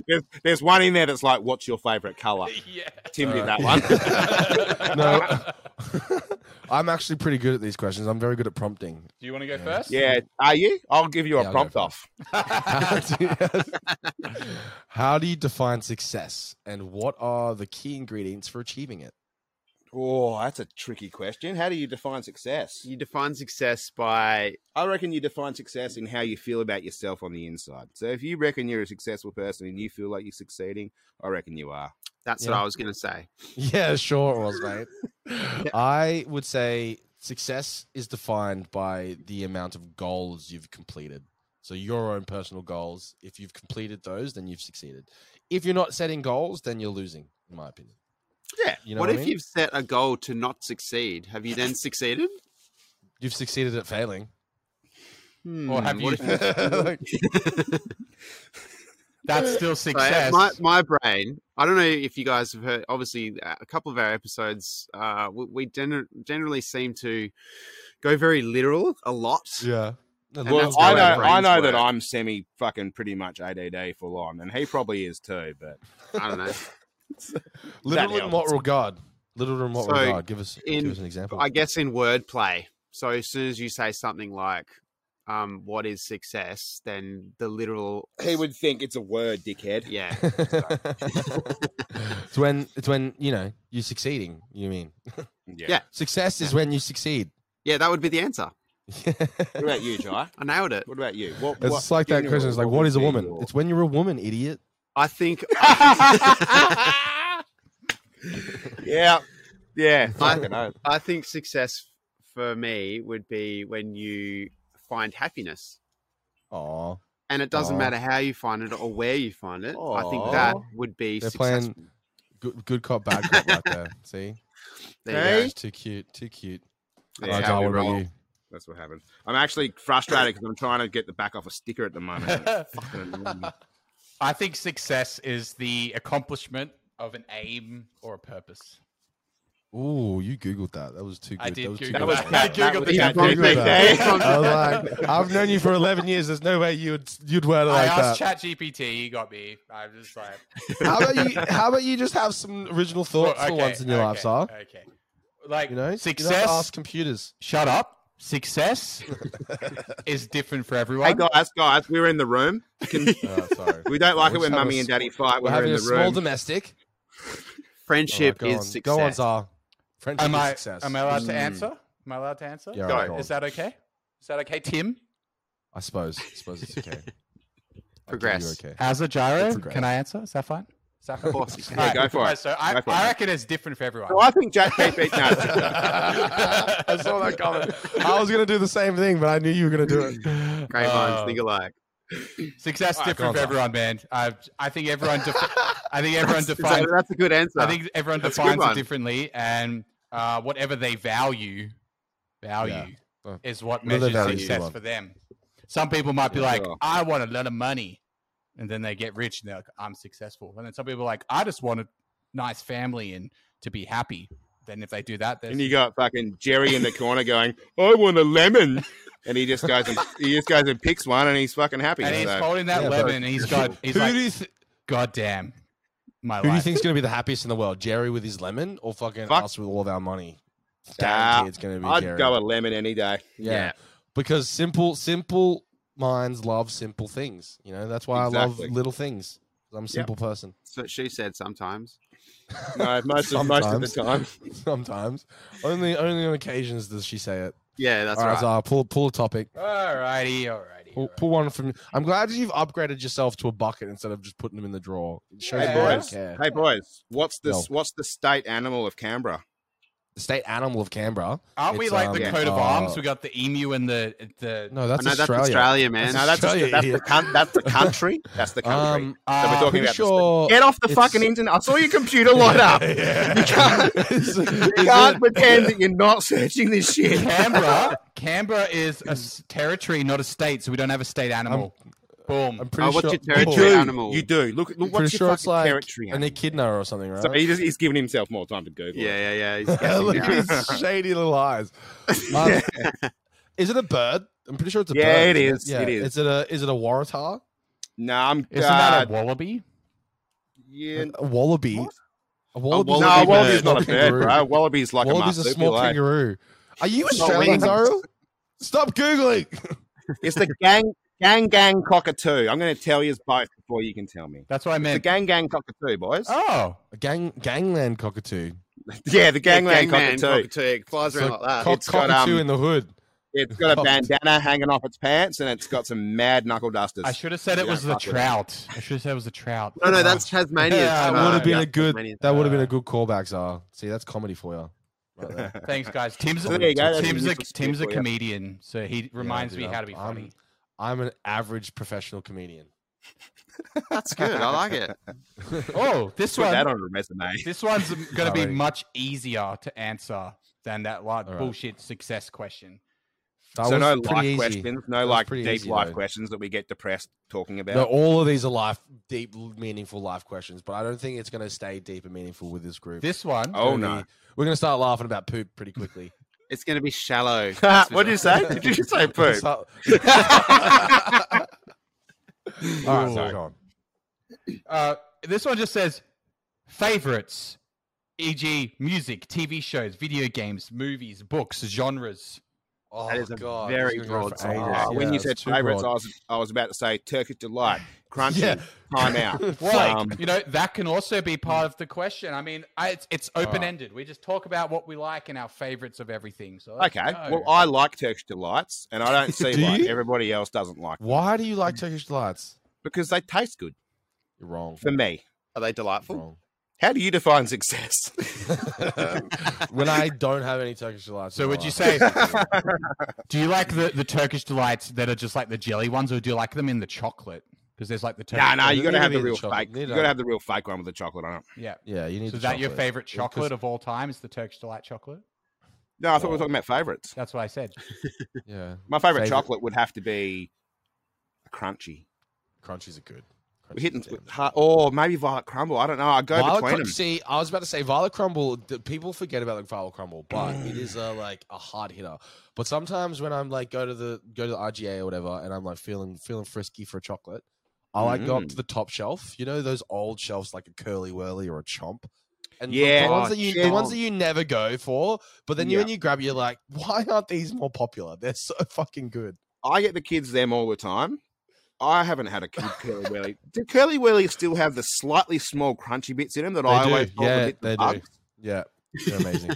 S3: There's, there's one in there that's like, what's your favorite color?
S1: yeah.
S3: Tim did
S2: Uh,
S3: that one.
S2: No. I'm actually pretty good at these questions. I'm very good at prompting.
S1: Do you want to go
S2: Yeah.
S1: first?
S3: yeah, are you? I'll give you
S2: Yeah,
S3: a
S2: I'll
S3: prompt
S2: go
S3: off.
S2: How do, how do you define success and what are the key ingredients for achieving it?
S3: Oh, that's a tricky question. How do you define success?
S4: You define success by
S3: I reckon you define success in how you feel about yourself on the inside. So if you reckon you're a successful person and you feel like you're succeeding, I reckon you are.
S4: that's
S2: Yeah.
S4: what I was gonna say.
S2: Yeah, sure it was, mate. I would say success is defined by the amount of goals you've completed. So your own personal goals, if you've completed those, then you've succeeded. If you're not setting goals, then you're losing, in my opinion.
S3: Yeah.
S2: You know
S4: what,
S2: what, I
S4: if
S2: mean?
S4: you've set a goal to not succeed? Have you then succeeded?
S2: you've succeeded at failing?
S1: Or have
S4: Hmm,
S1: you
S4: what if-
S2: Like,
S1: That's still
S4: So, uh,
S1: success.
S4: my, my brain. I don't know if you guys have heard. Obviously, uh, a couple of our episodes, uh, we, we gener- generally seem to go very literal a lot.
S2: yeah.
S4: And
S3: Well,
S4: that's
S3: I
S4: how our
S3: know I
S4: brains
S3: know that
S4: work.
S3: I'm semi fucking pretty much ADD full on, and he probably is too. But
S4: I don't know.
S2: Literal
S3: That
S2: in what regard? Literal in what
S4: So,
S2: regard? Give us,
S4: in-
S2: give us an example.
S4: I guess in wordplay. So as soon as you say something like, um, "What is success?" then the literal,
S3: he would think it's a word, dickhead.
S4: yeah,
S2: it's when it's when you know you're succeeding. You mean
S4: Yeah.
S2: success is when you succeed.
S4: yeah, that would be the answer.
S3: What about you, Jai?
S4: I nailed it.
S3: What about you? What,
S2: It's
S3: what
S2: like that
S3: general-
S2: question. It's like, what
S3: would
S2: is a
S3: be
S2: woman?
S3: your-
S2: It's when you're a woman, idiot.
S4: I think
S3: yeah, yeah.
S4: I-
S3: fucking oath.
S4: I think success for me would be when you find happiness.
S2: Oh,
S4: And it doesn't
S2: Aw.
S4: matter how you find it or where you find it. I think that would be
S2: they're
S4: successful.
S2: playing good, good cop, bad cop right there. See,
S4: There you
S3: Hey?
S2: it's too cute, too cute.
S3: That's
S2: Alright, Zara,
S3: how we
S2: what about
S3: roll.
S2: you?
S3: That's what happened. I'm actually frustrated because I'm trying to get the back off a sticker at the moment.
S1: I think success is the accomplishment of an aim or a purpose.
S2: Ooh, you googled that. That was too good.
S1: I did
S2: was too
S1: Google
S2: good.
S1: that.
S3: bad.
S1: I googled the
S3: That
S2: I
S3: was
S1: campaign.
S2: googled that.
S4: Google
S2: I was like, I've known you for 11 years. There's no way you'd you'd wear it
S1: I
S2: like that.
S1: asked ChatGPT, he got me. I'm just like,
S2: How about you? How about you just have some original thoughts
S1: okay,
S2: for once in your
S1: okay,
S2: life, Sar?
S1: Okay. Like
S2: You know, You don't
S1: success.
S2: have to ask computers.
S1: shut up. Success is different for everyone.
S3: hey guys, guys, we're in the room.
S2: sorry.
S3: We don't like
S2: We're
S3: it when
S2: just having
S3: mummy
S2: a
S3: and
S2: small-
S3: daddy
S2: We're
S3: fight. We're in
S2: having
S3: the
S2: a small
S3: room.
S2: domestic.
S4: Friendship
S2: Alright, go
S4: is
S2: on.
S4: success.
S2: Go on, Zar. Friendship
S1: am
S2: is
S1: I
S2: success.
S1: am I allowed to
S4: Mm.
S1: answer? Am I allowed to answer?
S2: Yeah, alright, go on.
S1: Is that okay? Is that okay, Tim?
S2: I suppose. I suppose it's okay.
S4: Progress.
S2: Okay.
S1: As a gyro,
S2: Progress.
S1: can I answer? Is that fine? Is that fine?
S4: Of course you can.
S3: Yeah,
S1: Alright,
S3: go for
S1: alright,
S3: it.
S1: So I,
S3: Go for it,
S1: I
S3: mate.
S1: reckon it's different for everyone.
S3: No, I think JPP. No, it's okay.
S2: I saw that comment. I was gonna do the same thing, but I knew you were gonna do it.
S4: Great minds
S1: Uh,
S4: think alike.
S1: Success
S2: All right, go on,
S1: different for
S2: Tom.
S1: everyone, man. I I think everyone defi- I think everyone
S4: That's-
S1: defines
S4: that's a good answer.
S1: I think everyone
S4: That's a good
S1: defines it
S4: one.
S1: differently, and uh, whatever they value, value
S2: Yeah. Uh,
S1: is what
S2: what do they
S1: measures
S2: value, you
S1: success
S2: want?
S1: for them. Some people might be
S3: Yeah,
S1: like,
S3: sure.
S1: "I want a lot of money," and then they get rich and they're like, "I'm successful." And then some people are like, "I just want a nice family and to be happy." Then if they do that,
S3: And
S1: there's
S3: you got fucking Jerry in the corner going, "I want a lemon," and he just goes and he just goes and picks one, and he's fucking happy.
S1: and he's
S3: So-
S1: holding that
S2: Yeah, but-
S1: lemon, and he's got he's
S2: who
S1: like,
S2: do you th-
S1: "God damn, my
S2: who do you
S1: life."
S2: think's going to be the happiest in the world? Jerry with his lemon, or fucking
S3: Fuck.
S2: us with all of our money?
S3: Nah,
S2: Guarantee it's going to be
S3: I'd
S2: Jerry.
S3: go a lemon any day.
S2: yeah.
S4: Yeah.
S2: because simple, simple minds love simple things. You know that's why I
S3: Exactly.
S2: love little things. I'm a simple person.
S4: That's what she said sometimes.
S3: No, most of, most of the time.
S2: Sometimes. Sometimes, only only on occasions does she say it.
S4: Yeah, that's
S2: all right,
S4: right.
S2: Zara, pull pull a topic.
S1: All righty, all righty.
S2: Pull, pull one from. I'm glad you've upgraded yourself to a bucket instead of just putting them in the drawer. It shows
S1: Hey,
S2: you don't
S3: boys.
S2: care.
S3: Hey boys, what's the
S2: No.
S3: what's the state animal of Canberra?
S2: The state animal of Canberra.
S1: Aren't we
S2: It's,
S1: like the
S2: um,
S1: coat of
S2: uh,
S1: arms? We got the emu and the the.
S2: No,
S4: I
S2: that's
S4: know that's
S2: Australia.
S4: Australia, man.
S3: No, that's
S2: Australia,
S3: that's, the,
S2: idiot.
S3: coun- that's the country. That's the country.
S2: Um,
S1: Uh,
S3: so we're talking
S2: pretty
S3: about
S2: sure.
S3: this. Get off the
S2: it's-
S3: fucking internet. I saw your computer light up. You can't, you can't pretend that you're not searching this shit.
S1: Canberra, Canberra is a s- territory, not a state, so we don't have a state animal. Boom.
S2: I'm pretty
S4: Oh, what's
S2: sure.
S4: your territory
S2: Pretty
S4: animal?
S3: You do. Look, look what's
S2: pretty
S3: your
S2: sure
S3: fucking
S2: it's like
S3: territory
S2: an
S3: animal?
S2: echidna or something, right?
S3: So he just, he's giving himself more time to Google. it.
S4: yeah, yeah, yeah. He's
S2: Look
S4: guessing
S2: at
S4: now.
S2: his shady little eyes. Um, Is it a bird? I'm pretty sure it's a
S3: Yeah,
S2: bird.
S3: it
S2: isn't
S3: is. It is.
S2: it a is it a waratah?
S3: No, I'm.
S1: Isn't
S3: uh,
S1: that a wallaby?
S3: yeah,
S2: A wallaby.
S3: What?
S2: A wallaby.
S4: wallaby
S3: no,
S4: Wallaby's
S3: wallaby's
S2: small
S3: not a bird,
S2: kangaroo.
S3: bro. Wallaby's like
S2: Wallaby's
S3: a
S2: a
S3: marsupial.
S2: small
S3: eh?
S2: kangaroo. Are you
S4: It's got
S2: Australian,
S4: wings.
S2: Zoro? Stop googling.
S3: It's the gang, gang, gang cockatoo. I'm going to tell you both before you can tell me.
S1: That's what I
S3: It's the
S1: meant.
S3: gang, gang cockatoo, boys.
S1: Oh,
S2: A gang gangland cockatoo.
S3: Yeah, the gangland
S4: Gangman
S3: cockatoo.
S4: It flies
S2: So
S4: around like that.
S2: cock-
S3: It's got,
S2: cockatoo
S3: um,
S2: in the hood.
S3: It's got a
S2: Cock-
S3: bandana hanging off its pants, and it's got some mad knuckle dusters.
S1: I should have said it
S3: Yeah,
S1: was the
S3: fuck with it.
S1: trout. I should have said it was the trout.
S4: no, no, that's Tasmania.
S1: Yeah,
S2: That
S1: Uh,
S2: would have been
S4: yeah,
S2: a good.
S4: Tasmania.
S2: That would have been
S1: Uh,
S2: a good callback, Zara. See, that's comedy for you. Right there.
S1: Thanks, guys. Tim's
S3: So there you go, that's
S1: Tim's
S3: a
S1: a,
S3: useful skill
S1: Tim's a
S3: for you.
S1: comedian, so he
S2: Yeah,
S1: reminds
S2: dude,
S1: me how
S2: I'm-
S1: to be
S2: I'm-
S1: funny.
S2: I'm an average professional comedian.
S4: That's good. I like it.
S1: Oh, this
S3: Put that
S1: one.
S3: on a resume.
S1: This one's going to be
S2: Alrighty.
S1: much easier to answer than that like
S2: Alright.
S1: bullshit success question.
S2: That
S3: so
S2: was
S3: no
S2: pretty
S3: life
S2: easy.
S3: questions,
S2: That
S3: no
S2: was
S3: like
S2: pretty
S3: deep
S2: easy,
S3: life
S2: though.
S3: questions that we get depressed talking about.
S2: No, all of these are life, deep, meaningful life questions, but I don't think it's going to stay deep and meaningful with this group.
S1: This one.
S3: oh
S2: Gonna
S3: no!
S2: be- we're going to start laughing about poop pretty quickly.
S4: It's going to be shallow.
S3: what did you say? Did you just say
S2: We're gonna
S3: poop?
S2: start- all right,
S1: Ooh.
S2: sorry, go on.
S1: Uh, this one just says favorites, e.g., music, TV shows, video games, movies, books, genres.
S2: Oh,
S4: That is a
S2: God,
S4: very
S2: this is gonna go
S4: broad
S2: for
S4: subject.
S2: ages.
S3: Ah, when
S2: Oh, Yeah,
S3: you
S2: it's
S3: said
S2: too
S3: favourites, I
S2: broad.
S3: was I was about to say Turkish delight, crunchy,
S2: Yeah.
S3: time out.
S1: Like
S3: Um,
S1: you know, that can also be part of the question. I mean, I, it's it's
S2: Alright.
S1: open ended. We just talk about what we like and our favorites of everything. So let's
S3: Okay.
S1: go.
S3: Well, I like Turkish delights, and I don't see
S2: Do
S3: why
S2: you?
S3: everybody else doesn't like them
S2: Why do you like Turkish delights?
S3: because they taste good
S2: You're wrong.
S3: for me.
S4: Are they delightful?
S2: Wrong.
S3: How do you define success?
S2: when I don't have any Turkish delights.
S1: So
S2: in my
S1: would you
S2: life.
S1: say- do you like the the Turkish delights that are just like the jelly ones, or do you like them in the chocolate? Because there's like the
S3: No,
S1: Turkish.
S3: no, you
S2: They
S3: gotta
S2: need
S3: have
S2: to
S3: the
S2: be
S3: real
S2: chocolate.
S3: fake.
S2: They
S3: You
S2: don't-
S3: gotta have the real fake one with the chocolate on it.
S1: Yeah.
S2: yeah, you need
S1: So
S2: the
S1: is that your
S2: chocolate.
S1: favorite
S2: Yeah, 'cause-
S1: chocolate of all time? Is the Turkish delight chocolate?
S3: No, I thought we were talking about favorites.
S1: That's what I said.
S2: Yeah,
S3: My favorite,
S2: Favourite.
S3: chocolate would have to be a crunchy.
S2: crunchies are good.
S3: We're
S2: Crunchies
S3: hitting
S2: are damn good.
S3: hard, or maybe violet crumble. I don't know. I go
S2: Violet
S3: between
S2: Crum-
S3: them.
S2: See, I was about to say Violet Crumble. th- People forget about like Violet Crumble, but it is a like a hard hitter. But sometimes when I'm like go to the go to the RGA or whatever, and I'm like feeling feeling frisky for a chocolate, I like go
S3: Mm.
S2: up to the top shelf. You know those old shelves like a curly whirly or a chomp. And the-
S3: Yeah.
S2: the ones
S4: Oh,
S2: that you the
S4: shit.
S2: ones that you never go for, but then you
S3: Yeah.
S2: when you grab, it, you're like, why aren't these more popular? They're so fucking good.
S3: I get the kids them all the time. I haven't had a kid curly whirly. Do curly whirlies still have the slightly small crunchy bits in them that
S2: They
S3: I
S2: do,
S3: always call
S2: yeah,
S3: the bits
S2: they do.
S3: of bugs?
S2: Yeah, they're amazing.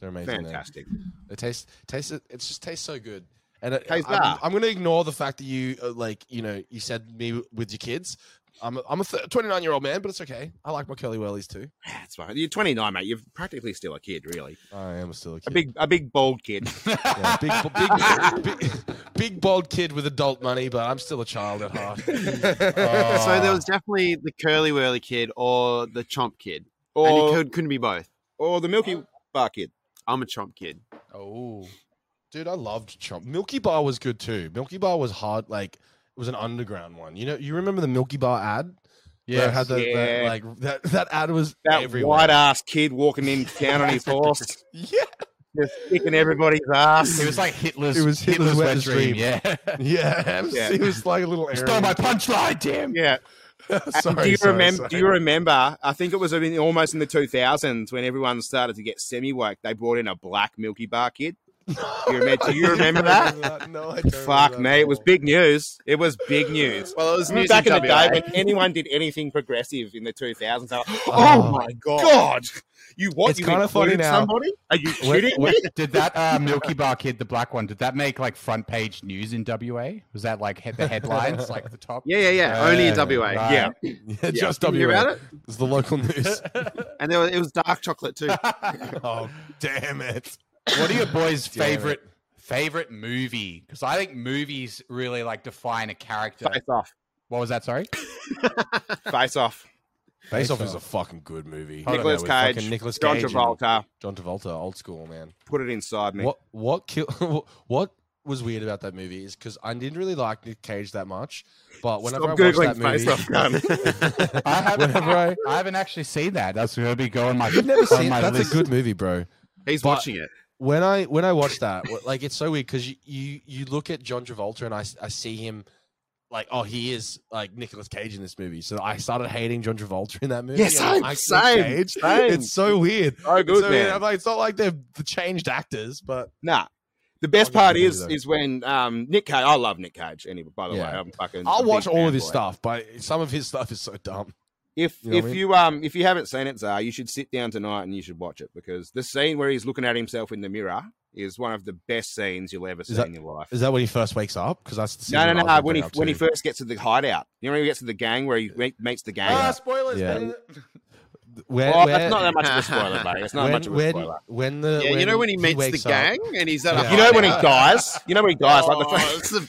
S2: they're amazing. man.
S3: Fantastic.
S2: It tastes tastes it just tastes so good. And it,
S3: Tastes
S2: I'm,
S3: bad.
S2: I'm going to ignore the fact that you uh, like you know you said me with your kids. I'm a, I'm a th- 29 year old man, but it's okay. I like my curly whirlies too.
S3: That's fine. You're 29, mate. You're practically still a kid, really.
S2: I am still a kid.
S3: A big, a big bald kid.
S2: yeah, big, big, big, big bold kid with adult money, but I'm still a child at heart.
S4: So there
S2: Oh.
S4: was definitely the curly whirly kid or the chomp kid, and it
S3: Or,
S4: could, couldn't be both.
S3: or the Milky Bar Kid.
S4: I'm a chomp kid.
S1: Oh,
S2: Dude, I loved Chomp. Milky Bar was good too. Milky Bar was hard, like it was an underground one. You know, you remember the Milky Bar ad? Where it
S1: yeah.
S2: had the, the-
S3: Yeah.
S2: like that, that ad was
S3: That
S2: everywhere.
S3: white ass kid walking in town on his horse,
S2: yeah,
S3: just kicking everybody's ass.
S1: It was like Hitler's.
S2: It was Hitler's wet dream.
S1: Yeah.
S2: yeah. It was,
S3: Yeah.
S2: it was like a little.
S1: Stole my punchline, Tim.
S3: yeah. And
S2: sorry,
S3: do you
S2: sorry,
S3: remember?
S2: sorry.
S3: Do you remember? I think it was in, almost in the 2000s when everyone started to get semi woke. They brought in a black Milky Bar kid. Do you remember, do you remember that?
S2: No, I don't remember
S3: Fuck
S2: that
S3: me,
S2: at
S3: it was
S2: all.
S3: big news. It was big news.
S4: Well, it was
S3: Remember
S4: news
S3: back in the
S4: WA.
S3: day when anyone did anything progressive in the 2000s. they were, oh,
S2: Oh.
S3: my god. god, you what?
S2: It's
S3: you
S2: kinda funny
S3: included
S2: now.
S3: Somebody? Are you
S2: When-
S3: kidding?
S2: when-
S1: Did that uh, Milky Bar kid, the black one, did that make like front page news in WA? Was that like he- the headlines, like the top?
S4: Yeah, yeah, yeah. Only in
S2: Yeah,
S4: WA.
S1: right.
S3: yeah,
S2: yeah, just
S4: Did you hear
S2: WA.
S4: about it?
S2: It's the local news.
S4: And there was, it was dark chocolate too.
S2: oh, damn it.
S1: What are your boys'
S2: Damn it.
S1: favorite favorite movie? Because I think movies really like define a character.
S3: face off,
S1: What was that? Sorry,
S3: face off.
S2: Face Off
S1: Off.
S2: is a fucking good movie.
S1: Hold on,
S3: Nicolas Cage,
S2: Nicholas
S3: John
S2: Cage, and
S3: Travolta,
S2: John Travolta, old school man.
S3: put it inside me.
S2: What what kill, what was weird about that movie is because I didn't really like Nick Cage that much, but whenever
S3: Stop
S2: I watched
S3: googling
S2: that
S3: face
S2: movie,
S3: off gun.
S1: I haven't.
S2: whenever I
S1: I haven't actually seen that. That's gonna be going my.
S2: you've never
S1: on
S2: seen
S1: my
S2: that's
S1: list.
S2: a good movie, bro.
S4: He's
S2: But-
S4: watching it.
S2: when I when I watch that, wh- like it's so weird because you, you you look at John Travolta and I s- I see him like oh he is like Nicolas Cage in this movie, so I started hating John Travolta in that movie.
S3: Yeah,
S2: I'm like,
S3: same,
S2: "I- Nick
S3: same,
S2: Cage?"
S3: same.
S2: It's so weird.
S3: oh,
S2: It's
S3: good
S2: so weird.
S3: man.
S2: I'm like, it's not like they're the changed actors, but
S3: Nah. The best
S2: I'll give it
S3: part
S2: to you,
S3: is
S2: though.
S3: is when um, Nick Cage. I love Nick Cage. Anyway, by the way,
S2: Yeah.
S3: I'm fucking. a
S2: I'll
S3: big
S2: watch all of his
S3: fanboy.
S2: stuff. But some of his stuff is so dumb.
S3: If
S2: You know what
S3: if
S2: I mean?
S3: you um if you haven't seen it, Zar, you should sit down tonight and you should watch it because the scene where he's looking at himself in the mirror is one of the best scenes you'll ever see
S2: that-
S3: in your life.
S2: Is that when he first wakes up? Because that's the
S3: No, no,
S2: season
S3: no.
S2: I was
S3: when he
S2: looking up
S3: when he
S2: to.
S3: first gets to the hideout, you know, when he gets to the gang where he meet- meets the gang.
S2: Ah,
S1: spoilers.
S2: Yeah.
S1: man.
S2: where,
S3: oh,
S2: where-
S3: that's not that much of a spoiler, buddy. It's not
S2: when,
S3: much of a
S2: when,
S3: spoiler.
S2: when the
S4: Yeah, you know when he meets the
S2: wakes up-
S4: gang and he's at
S2: Yeah.
S4: a
S3: You know when he
S4: hideout?
S3: dies. You know when he dies. like the
S4: Oh, it's the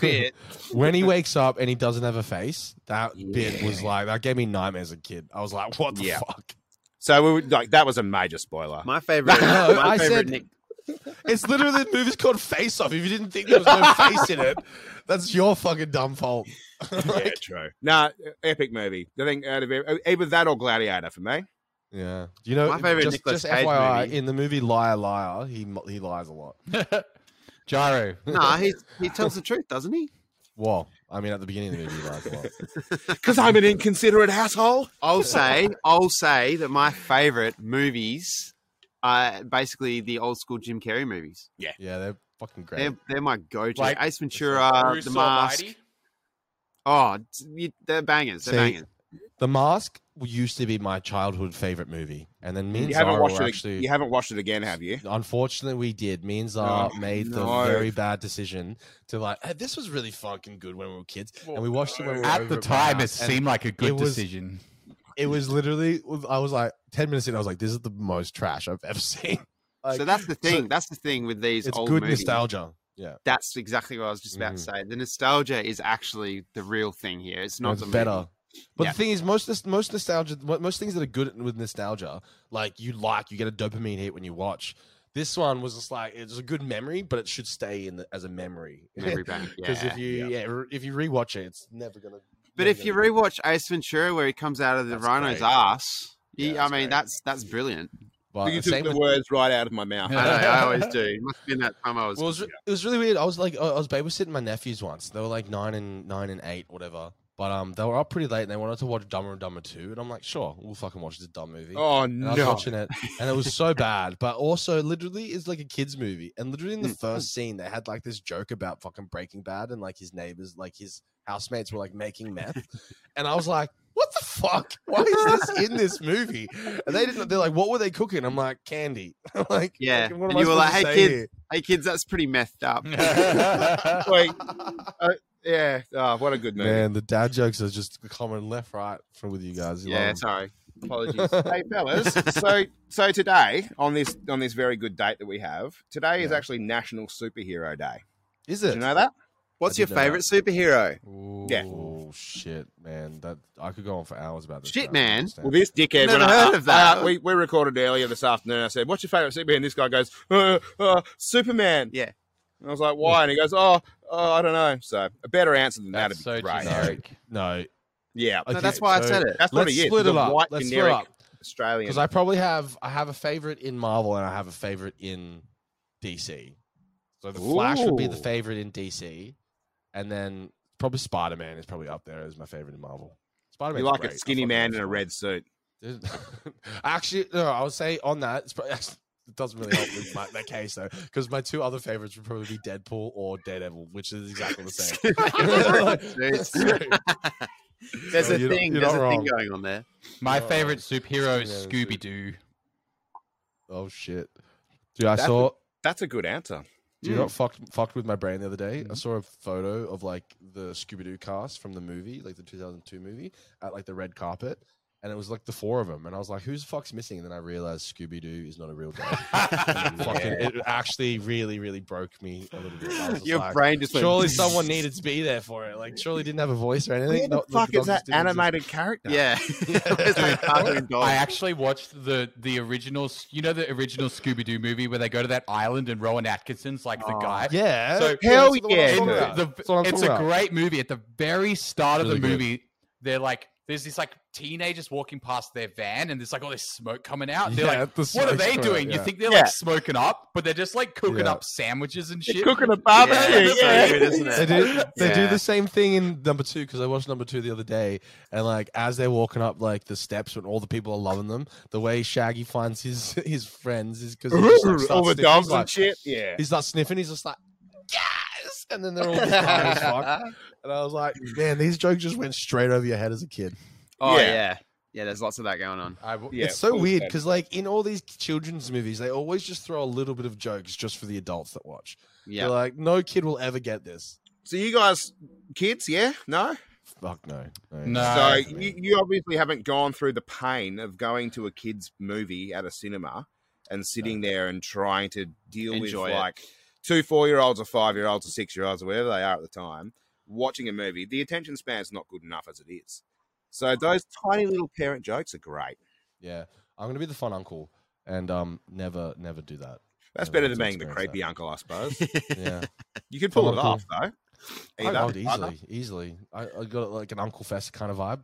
S4: bit.
S2: when he wakes up and he doesn't have a face, that bit
S3: Yeah.
S2: was like that gave me nightmares as a kid. I was like, what the
S3: Yeah.
S2: fuck?
S3: so we were, like that was a major spoiler.
S4: My favorite.
S2: No,
S4: my
S2: I
S4: favorite
S2: said-
S4: Nick.
S2: It's literally the movie's called Face Off. If you didn't think there was no face in it, that's your fucking dumb fault.
S3: yeah, true. Nah, epic movie. I think out of ev- either that or Gladiator for me.
S2: yeah, you know,
S4: My favorite
S2: just,
S4: Nicolas
S2: just
S4: Cage
S2: FYI,
S4: movie.
S2: in the movie Liar Liar, he mo- he lies a lot.
S1: Gyro.
S4: Nah, he he tells the truth, doesn't he?
S2: Well, I mean, at the beginning of the movie, he lies a lot.
S3: Because I'm an inconsiderate asshole.
S4: I'll say, I'll say that my favorite movies are basically the old school Jim Carrey movies.
S2: Yeah, they're fucking great.
S4: They're they're my go-to.
S1: Like-
S4: Ace Ventura, Uh, The Mask. Oh, it's- you- they're bangers. They're
S2: See,
S4: bangers.
S2: the Mask used to be my childhood favorite movie, and then me and
S3: You
S2: Zara
S3: haven't watched
S2: were
S3: it.
S2: actually.
S3: You haven't watched it again, have you?
S2: Unfortunately, we did. Me and Zara
S4: Oh,
S2: made
S3: no.
S2: the very bad decision to like. "Hey, this was really fucking good when we were kids, and we watched it when we were
S1: At
S2: over
S1: the
S2: my
S1: time, it
S2: house, and
S1: seemed like a
S2: it
S1: good
S2: was-
S1: decision.
S2: It was literally. I was like ten minutes in. I was like, "This is the most trash I've ever seen." Like,
S4: so that's the thing. that's the thing with these
S2: it's
S4: old
S2: good
S4: movies.
S2: nostalgia. Yeah,
S4: That's exactly what I was just about to
S2: Mm-hmm.
S4: say. The nostalgia is actually the real thing here. It's not
S2: it's
S4: the movie.
S2: better. But
S4: Yeah.
S2: the thing is, most nos- most nostalgia, mo- most things that are good with nostalgia, like you like, you get a dopamine hit when you watch. This one was just like it's a good memory, but it should stay in the, as a memory.
S4: Memory bank.
S2: Because
S4: yeah.
S2: if you yeah. re- if you rewatch it, it's never gonna.
S4: But
S2: never
S4: if you
S2: gonna be-
S4: rewatch Ace Ventura, where he comes out of the
S2: That's
S4: rhino's
S2: great.
S4: ass,
S2: Yeah,
S4: yeah, I
S2: that's
S4: mean
S2: great.
S4: that's that's brilliant.
S2: But
S3: you
S2: Uh, same
S3: took the
S2: with-
S3: words right out of my mouth.
S4: I know, I always do. It must have been that time I was.
S2: Well, it was, re- it was really weird. I was like, I I was babysitting my nephews once. They were like nine and nine and eight, whatever. But um, they were up pretty late and they wanted to watch Dumber and Dumber Two, and I'm like, sure, we'll fucking watch this dumb movie.
S3: Oh
S2: and I was
S3: no!
S2: watching it, and it was so bad. But also, literally, it's like a kids' movie. And literally, in the
S4: Mm,
S2: first scene, they had like this joke about fucking Breaking Bad, and like his neighbors, like his housemates, were like making meth. And I was like, "What the fuck? Why is this in this movie?" And they didn't. They're like, "What were they cooking?" I'm like, "Candy." I'm like,
S4: Yeah.
S2: "Fucking what am
S4: And
S2: I
S4: you were
S2: supposed
S4: like,
S2: to
S4: "Hey,
S2: say
S4: kid." hey kids, that's pretty messed up.
S2: Mm,
S3: Wait, uh, yeah. Oh, what a good
S2: here?"
S3: movie.
S2: Man, the dad jokes are just common left, right from with you guys. You
S4: yeah,
S2: love 'em.
S4: sorry, apologies.
S3: hey fellas, so so today on this on this very good date that we have, today is
S2: Yeah.
S3: actually National Superhero Day.
S2: Is
S3: Did
S2: it?
S3: you know that?
S4: What's
S2: I
S4: your
S2: did know that.
S4: favorite superhero?
S3: Yeah.
S2: Oh shit, man! That I could go on for hours about this.
S4: Shit,
S2: but I don't
S4: man.
S2: understand.
S3: Well, this dickhead.
S4: Never
S3: when I-
S4: heard of that.
S3: I- we, we recorded earlier this afternoon. I said, "What's your favorite superhero?" And this guy goes, uh, uh, "Superman."
S4: Yeah.
S3: And I was like, "Why?" And he goes, "Oh, oh, I don't know." So a better answer than that
S1: That's
S3: would be
S1: so
S3: great.
S1: generic.
S2: no,
S3: Yeah,
S4: No,
S2: okay,
S4: that's why I
S2: so
S4: said it.
S3: that's what
S2: Let's
S3: he is.
S2: split
S3: He's
S2: it
S3: a
S2: up.
S3: white
S2: Let's split
S3: generic
S2: up
S3: Australian.
S2: because I probably have I have a favorite in Marvel and I have a favorite in DC. So the Flash would be the
S3: Ooh.
S2: favorite in DC, and then probably Spider Man is probably up there as my favorite in Marvel. Spider Man.
S3: you like a skinny man in a red suit.
S2: There's- actually, no, I would say on that, it's probably, it doesn't really help with my, that case though, because my two other favorites would probably be Deadpool or Daredevil, which is exactly the same. Like,
S4: Jeez.
S2: so-
S4: There's
S2: so
S4: a
S2: you're not-
S4: thing.
S2: you're
S4: There's a
S2: not
S4: thing
S2: wrong.
S4: going on there.
S1: My
S2: Oh,
S1: favorite superhero
S2: yeah,
S1: is
S2: that's
S1: Scooby
S2: it.
S1: Doo.
S2: Oh shit, dude! I
S3: That's
S2: saw.
S3: That's a good answer.
S2: Do you
S4: Mm.
S3: Hmm.
S2: know what fucked, fucked with my brain the other day? I saw a photo of like the Scooby Doo cast from the movie, like the 2002 movie, at like the red carpet. And it was like the four of them. And I was like, who's fuck's missing? And then I realized Scooby Doo is not a real guy. And it fucking, it actually really, really broke me a little bit. I was just
S4: Your
S2: like,
S4: brain just went,
S2: surely someone needed to be there for it. Like, surely it didn't have a voice or anything.
S3: Who the
S2: No,
S3: fuck
S2: dog
S3: is that
S2: just didn't exist.
S3: animated character?
S4: Yeah. It's like cartoon dog.
S1: I actually watched the the original, you know, the original Scooby Doo movie where they go to that island and Rowan Atkinson's like the guy.
S2: Oh. Yeah.
S1: So-
S3: Hell
S2: that's what I'm
S3: yeah,
S2: talking
S1: In the-
S2: about.
S1: the-
S2: That's what I'm
S1: it's
S2: talking
S1: a
S2: about.
S1: great movie. At the very start of
S2: Really
S1: the
S2: good.
S1: movie, they're like, there's this like teenagers walking past their van, and there's like all this smoke coming out. They're
S2: Yeah,
S1: like,
S2: the
S1: what are
S2: smoke's
S1: they
S2: coming out,
S1: doing?
S2: yeah.
S1: You think they're
S3: Yeah.
S1: like smoking up, but they're just like cooking
S2: Yeah.
S1: up sandwiches and
S3: They're
S1: shit.
S3: cooking a
S4: yeah,
S3: barbecue.
S4: it's
S3: yeah.
S4: so good, isn't
S2: they
S4: it?
S2: do they do
S4: Yeah.
S2: the same thing in number two because I watched number two the other day and like as they're walking up like the steps when all the people are loving them, the way Shaggy finds his his friends is because
S3: All the dogs and shit. Yeah.
S2: He's not sniffing. He's just like yes, and then they're all just high as fuck. And I was like, man, these jokes just went straight over your head as a kid.
S4: Oh
S3: Yeah.
S4: yeah. yeah. there's lots of that going on.
S1: I w-
S3: Yeah,
S2: it's so
S3: full
S2: weird
S3: send.
S2: because like in all these children's movies, they always just throw a little bit of jokes just for the adults that watch. Yeah,
S4: Yeah.
S2: They're like no kid will ever get this.
S3: So you guys, kids, yeah, no.
S2: Fuck no.
S1: No.
S3: so
S1: I
S3: you, you obviously haven't gone through the pain of going to a kids' movie at a cinema and sitting
S2: Uh-huh.
S3: there and trying to deal
S4: Enjoy
S3: with
S4: it.
S3: like two four-year-olds or five-year-olds or six-year-olds or whatever they are at the time watching a movie. The attention span's not good enough as it is. So those tiny little parent jokes are great.
S2: Yeah, I'm gonna be the fun uncle and um never never do that.
S3: That's
S2: Yeah,
S3: better
S2: that's
S3: than being the
S2: experience,
S3: creepy
S2: that.
S3: uncle, I suppose.
S2: Yeah,
S3: You could pull
S2: Fun
S3: it
S2: uncle.
S3: off though.
S2: I
S3: Either.
S2: would easily, easily. I, I got like an uncle fest kind of vibe.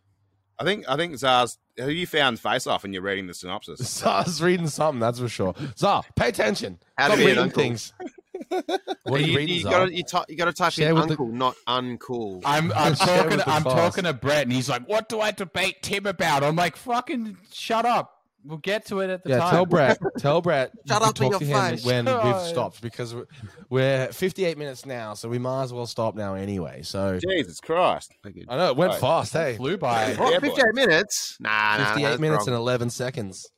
S3: I think I think Zars. Have you found Face Off and you're reading the synopsis?
S2: Zah's reading something, that's for sure. Zah, pay attention.
S4: How
S2: Stop
S4: to be an
S2: reading
S4: uncle.
S2: things. What are you,
S4: you,
S2: reading,
S4: you
S2: Zah?
S4: gotta, you, ty- you gotta type
S2: Share
S4: in
S2: with the-
S4: uncle, not uncool.
S1: I'm I'm
S2: Share
S1: talking
S2: with the
S1: I'm
S2: class.
S1: talking to Brett, and he's like, "What do I debate Tim about?" I'm like, "Fucking shut up. We'll get to it at the
S2: yeah,
S1: time."
S2: tell Brett. Tell Brett. you
S4: Shut
S2: can
S4: up in
S2: talk
S4: your
S2: to him
S4: face.
S2: when we've
S1: God.
S2: stopped because we're, we're 58 minutes now, so we might as well stop now anyway. So
S3: Jesus Christ!
S2: I know it went
S3: Right.
S2: fast. Hey,
S1: Flew by.
S4: What,
S3: Yeah, boy.
S4: 58 minutes? Nah, nah.
S2: 58
S4: that's
S2: minutes and
S4: wrong.
S2: 11 seconds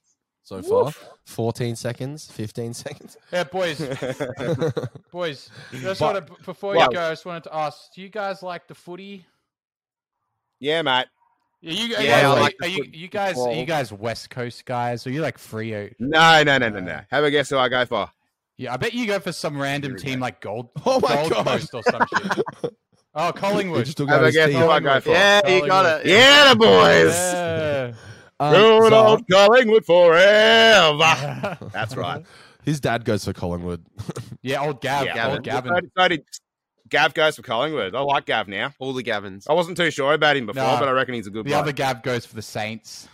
S2: so far. 14 seconds, 15 seconds.
S1: Yeah, boys, boys. I just
S2: But-
S1: wanna- before
S3: Wow.
S1: you go, I just wanted to ask: Do you guys like the footy?
S3: Yeah, mate.
S1: Are you, are
S4: Yeah,
S1: you-
S4: I
S1: are
S4: like
S1: you- are you, you guys, are you guys West Coast guys? Are you like Frio?
S3: No, no, no, no, no. Have a guess who I go for.
S1: Yeah, I bet you go for some random
S4: Here we
S1: team like Gold,
S2: Oh my
S1: Gold
S2: God.
S1: Coast or some shit. Oh,
S2: We
S1: Collingwood.
S2: just took
S3: Have
S2: out
S3: a
S2: his
S3: guess
S2: teeth.
S4: Oh,
S3: who I go for.
S4: Yeah, you
S1: Uh,
S4: got it.
S3: Yeah, the boys.
S1: Yeah.
S2: Um,
S3: Good
S2: Zah,
S3: old Collingwood forever. That's right.
S2: His dad goes for Collingwood.
S1: yeah, old Gav,
S3: Yeah,
S1: old
S3: Gavin.
S1: Gavin.
S3: So, so did Gav goes for Collingwood. I like Gav now.
S4: All the Gavins.
S3: I wasn't too sure about him before,
S1: No.
S3: but I reckon he's a good
S1: The
S3: bloke.
S1: other Gav goes for the Saints.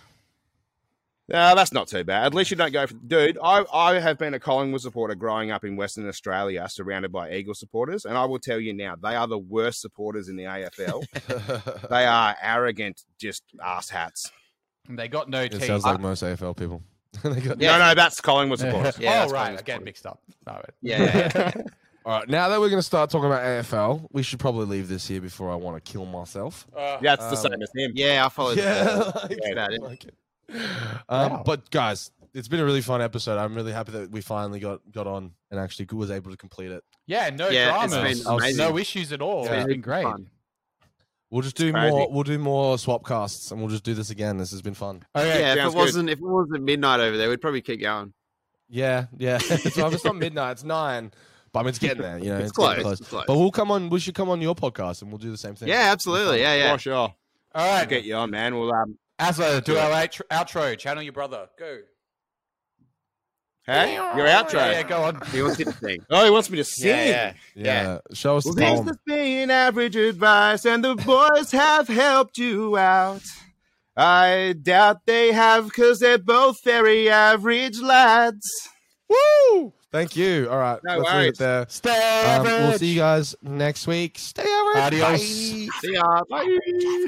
S3: No, that's not too bad. At least you don't go for dude. I, I have been a Collingwood supporter growing up in Western Australia, surrounded by Eagle supporters, and I will tell you now, they are the worst supporters in the AFL. they are arrogant, just asshats.
S1: And they got no
S2: It
S1: team.
S2: sounds like most AFL people. They got-
S4: Yeah.
S3: No, no, that's Collingwood supporters.
S4: Yeah,
S1: oh,
S4: that's
S1: right.
S4: fine,
S1: I
S4: that's
S1: get
S4: fine.
S1: mixed up. No, wait.
S4: Yeah, yeah, yeah.
S2: All right, now that we're going to start talking about AFL, we should probably leave this here before I want to kill myself.
S1: Uh,
S3: That's the
S2: Um,
S3: same as him.
S4: Oh, yeah I followed that.
S2: like-
S3: Yeah,
S4: that is-
S2: like it. Um,
S1: Wow.
S2: But guys, it's been a really fun episode. I'm really happy that we finally got got on and actually was able to complete it.
S1: yeah, no
S4: Yeah, it's
S1: dramas.
S4: been
S2: I'll-
S4: amazing.
S1: No issues at all.
S2: Yeah.
S1: It's been great.
S4: Fun.
S2: We'll just do
S3: crazy.
S2: more. We'll do more swap casts, and we'll just do this again. This has been fun.
S1: Okay.
S4: yeah, if
S3: sounds
S4: it
S3: good.
S4: wasn't if it wasn't midnight over there, we'd probably keep going.
S2: Yeah, yeah. it's, it's not midnight. It's nine. But I mean, it's getting there. You know,
S4: It's,
S2: getting
S4: close. It's close.
S2: But we'll come on. We should come on your podcast and we'll do the same thing.
S4: yeah, absolutely. Yeah, yeah.
S3: For sure.
S1: All right.
S3: I'll get you on, man. We'll um,
S1: Azza, do our outro, outro. Channel your brother. Go.
S3: hey, your outro.
S1: Yeah, yeah, go on.
S4: He wants you to sing.
S3: Oh, he wants me to sing.
S2: yeah. Show us
S3: Well,
S2: the
S3: this
S2: poem.
S3: has been average advice, and the boys have helped you out. I doubt they have, because they're both very average lads.
S2: Woo! Thank you. All right.
S3: No
S2: let's leave it
S3: worries.
S2: there.
S1: Stay
S2: Um,
S1: average.
S2: we'll see you guys next week. Stay average.
S1: Adios.
S2: Bye.
S3: See ya. Bye.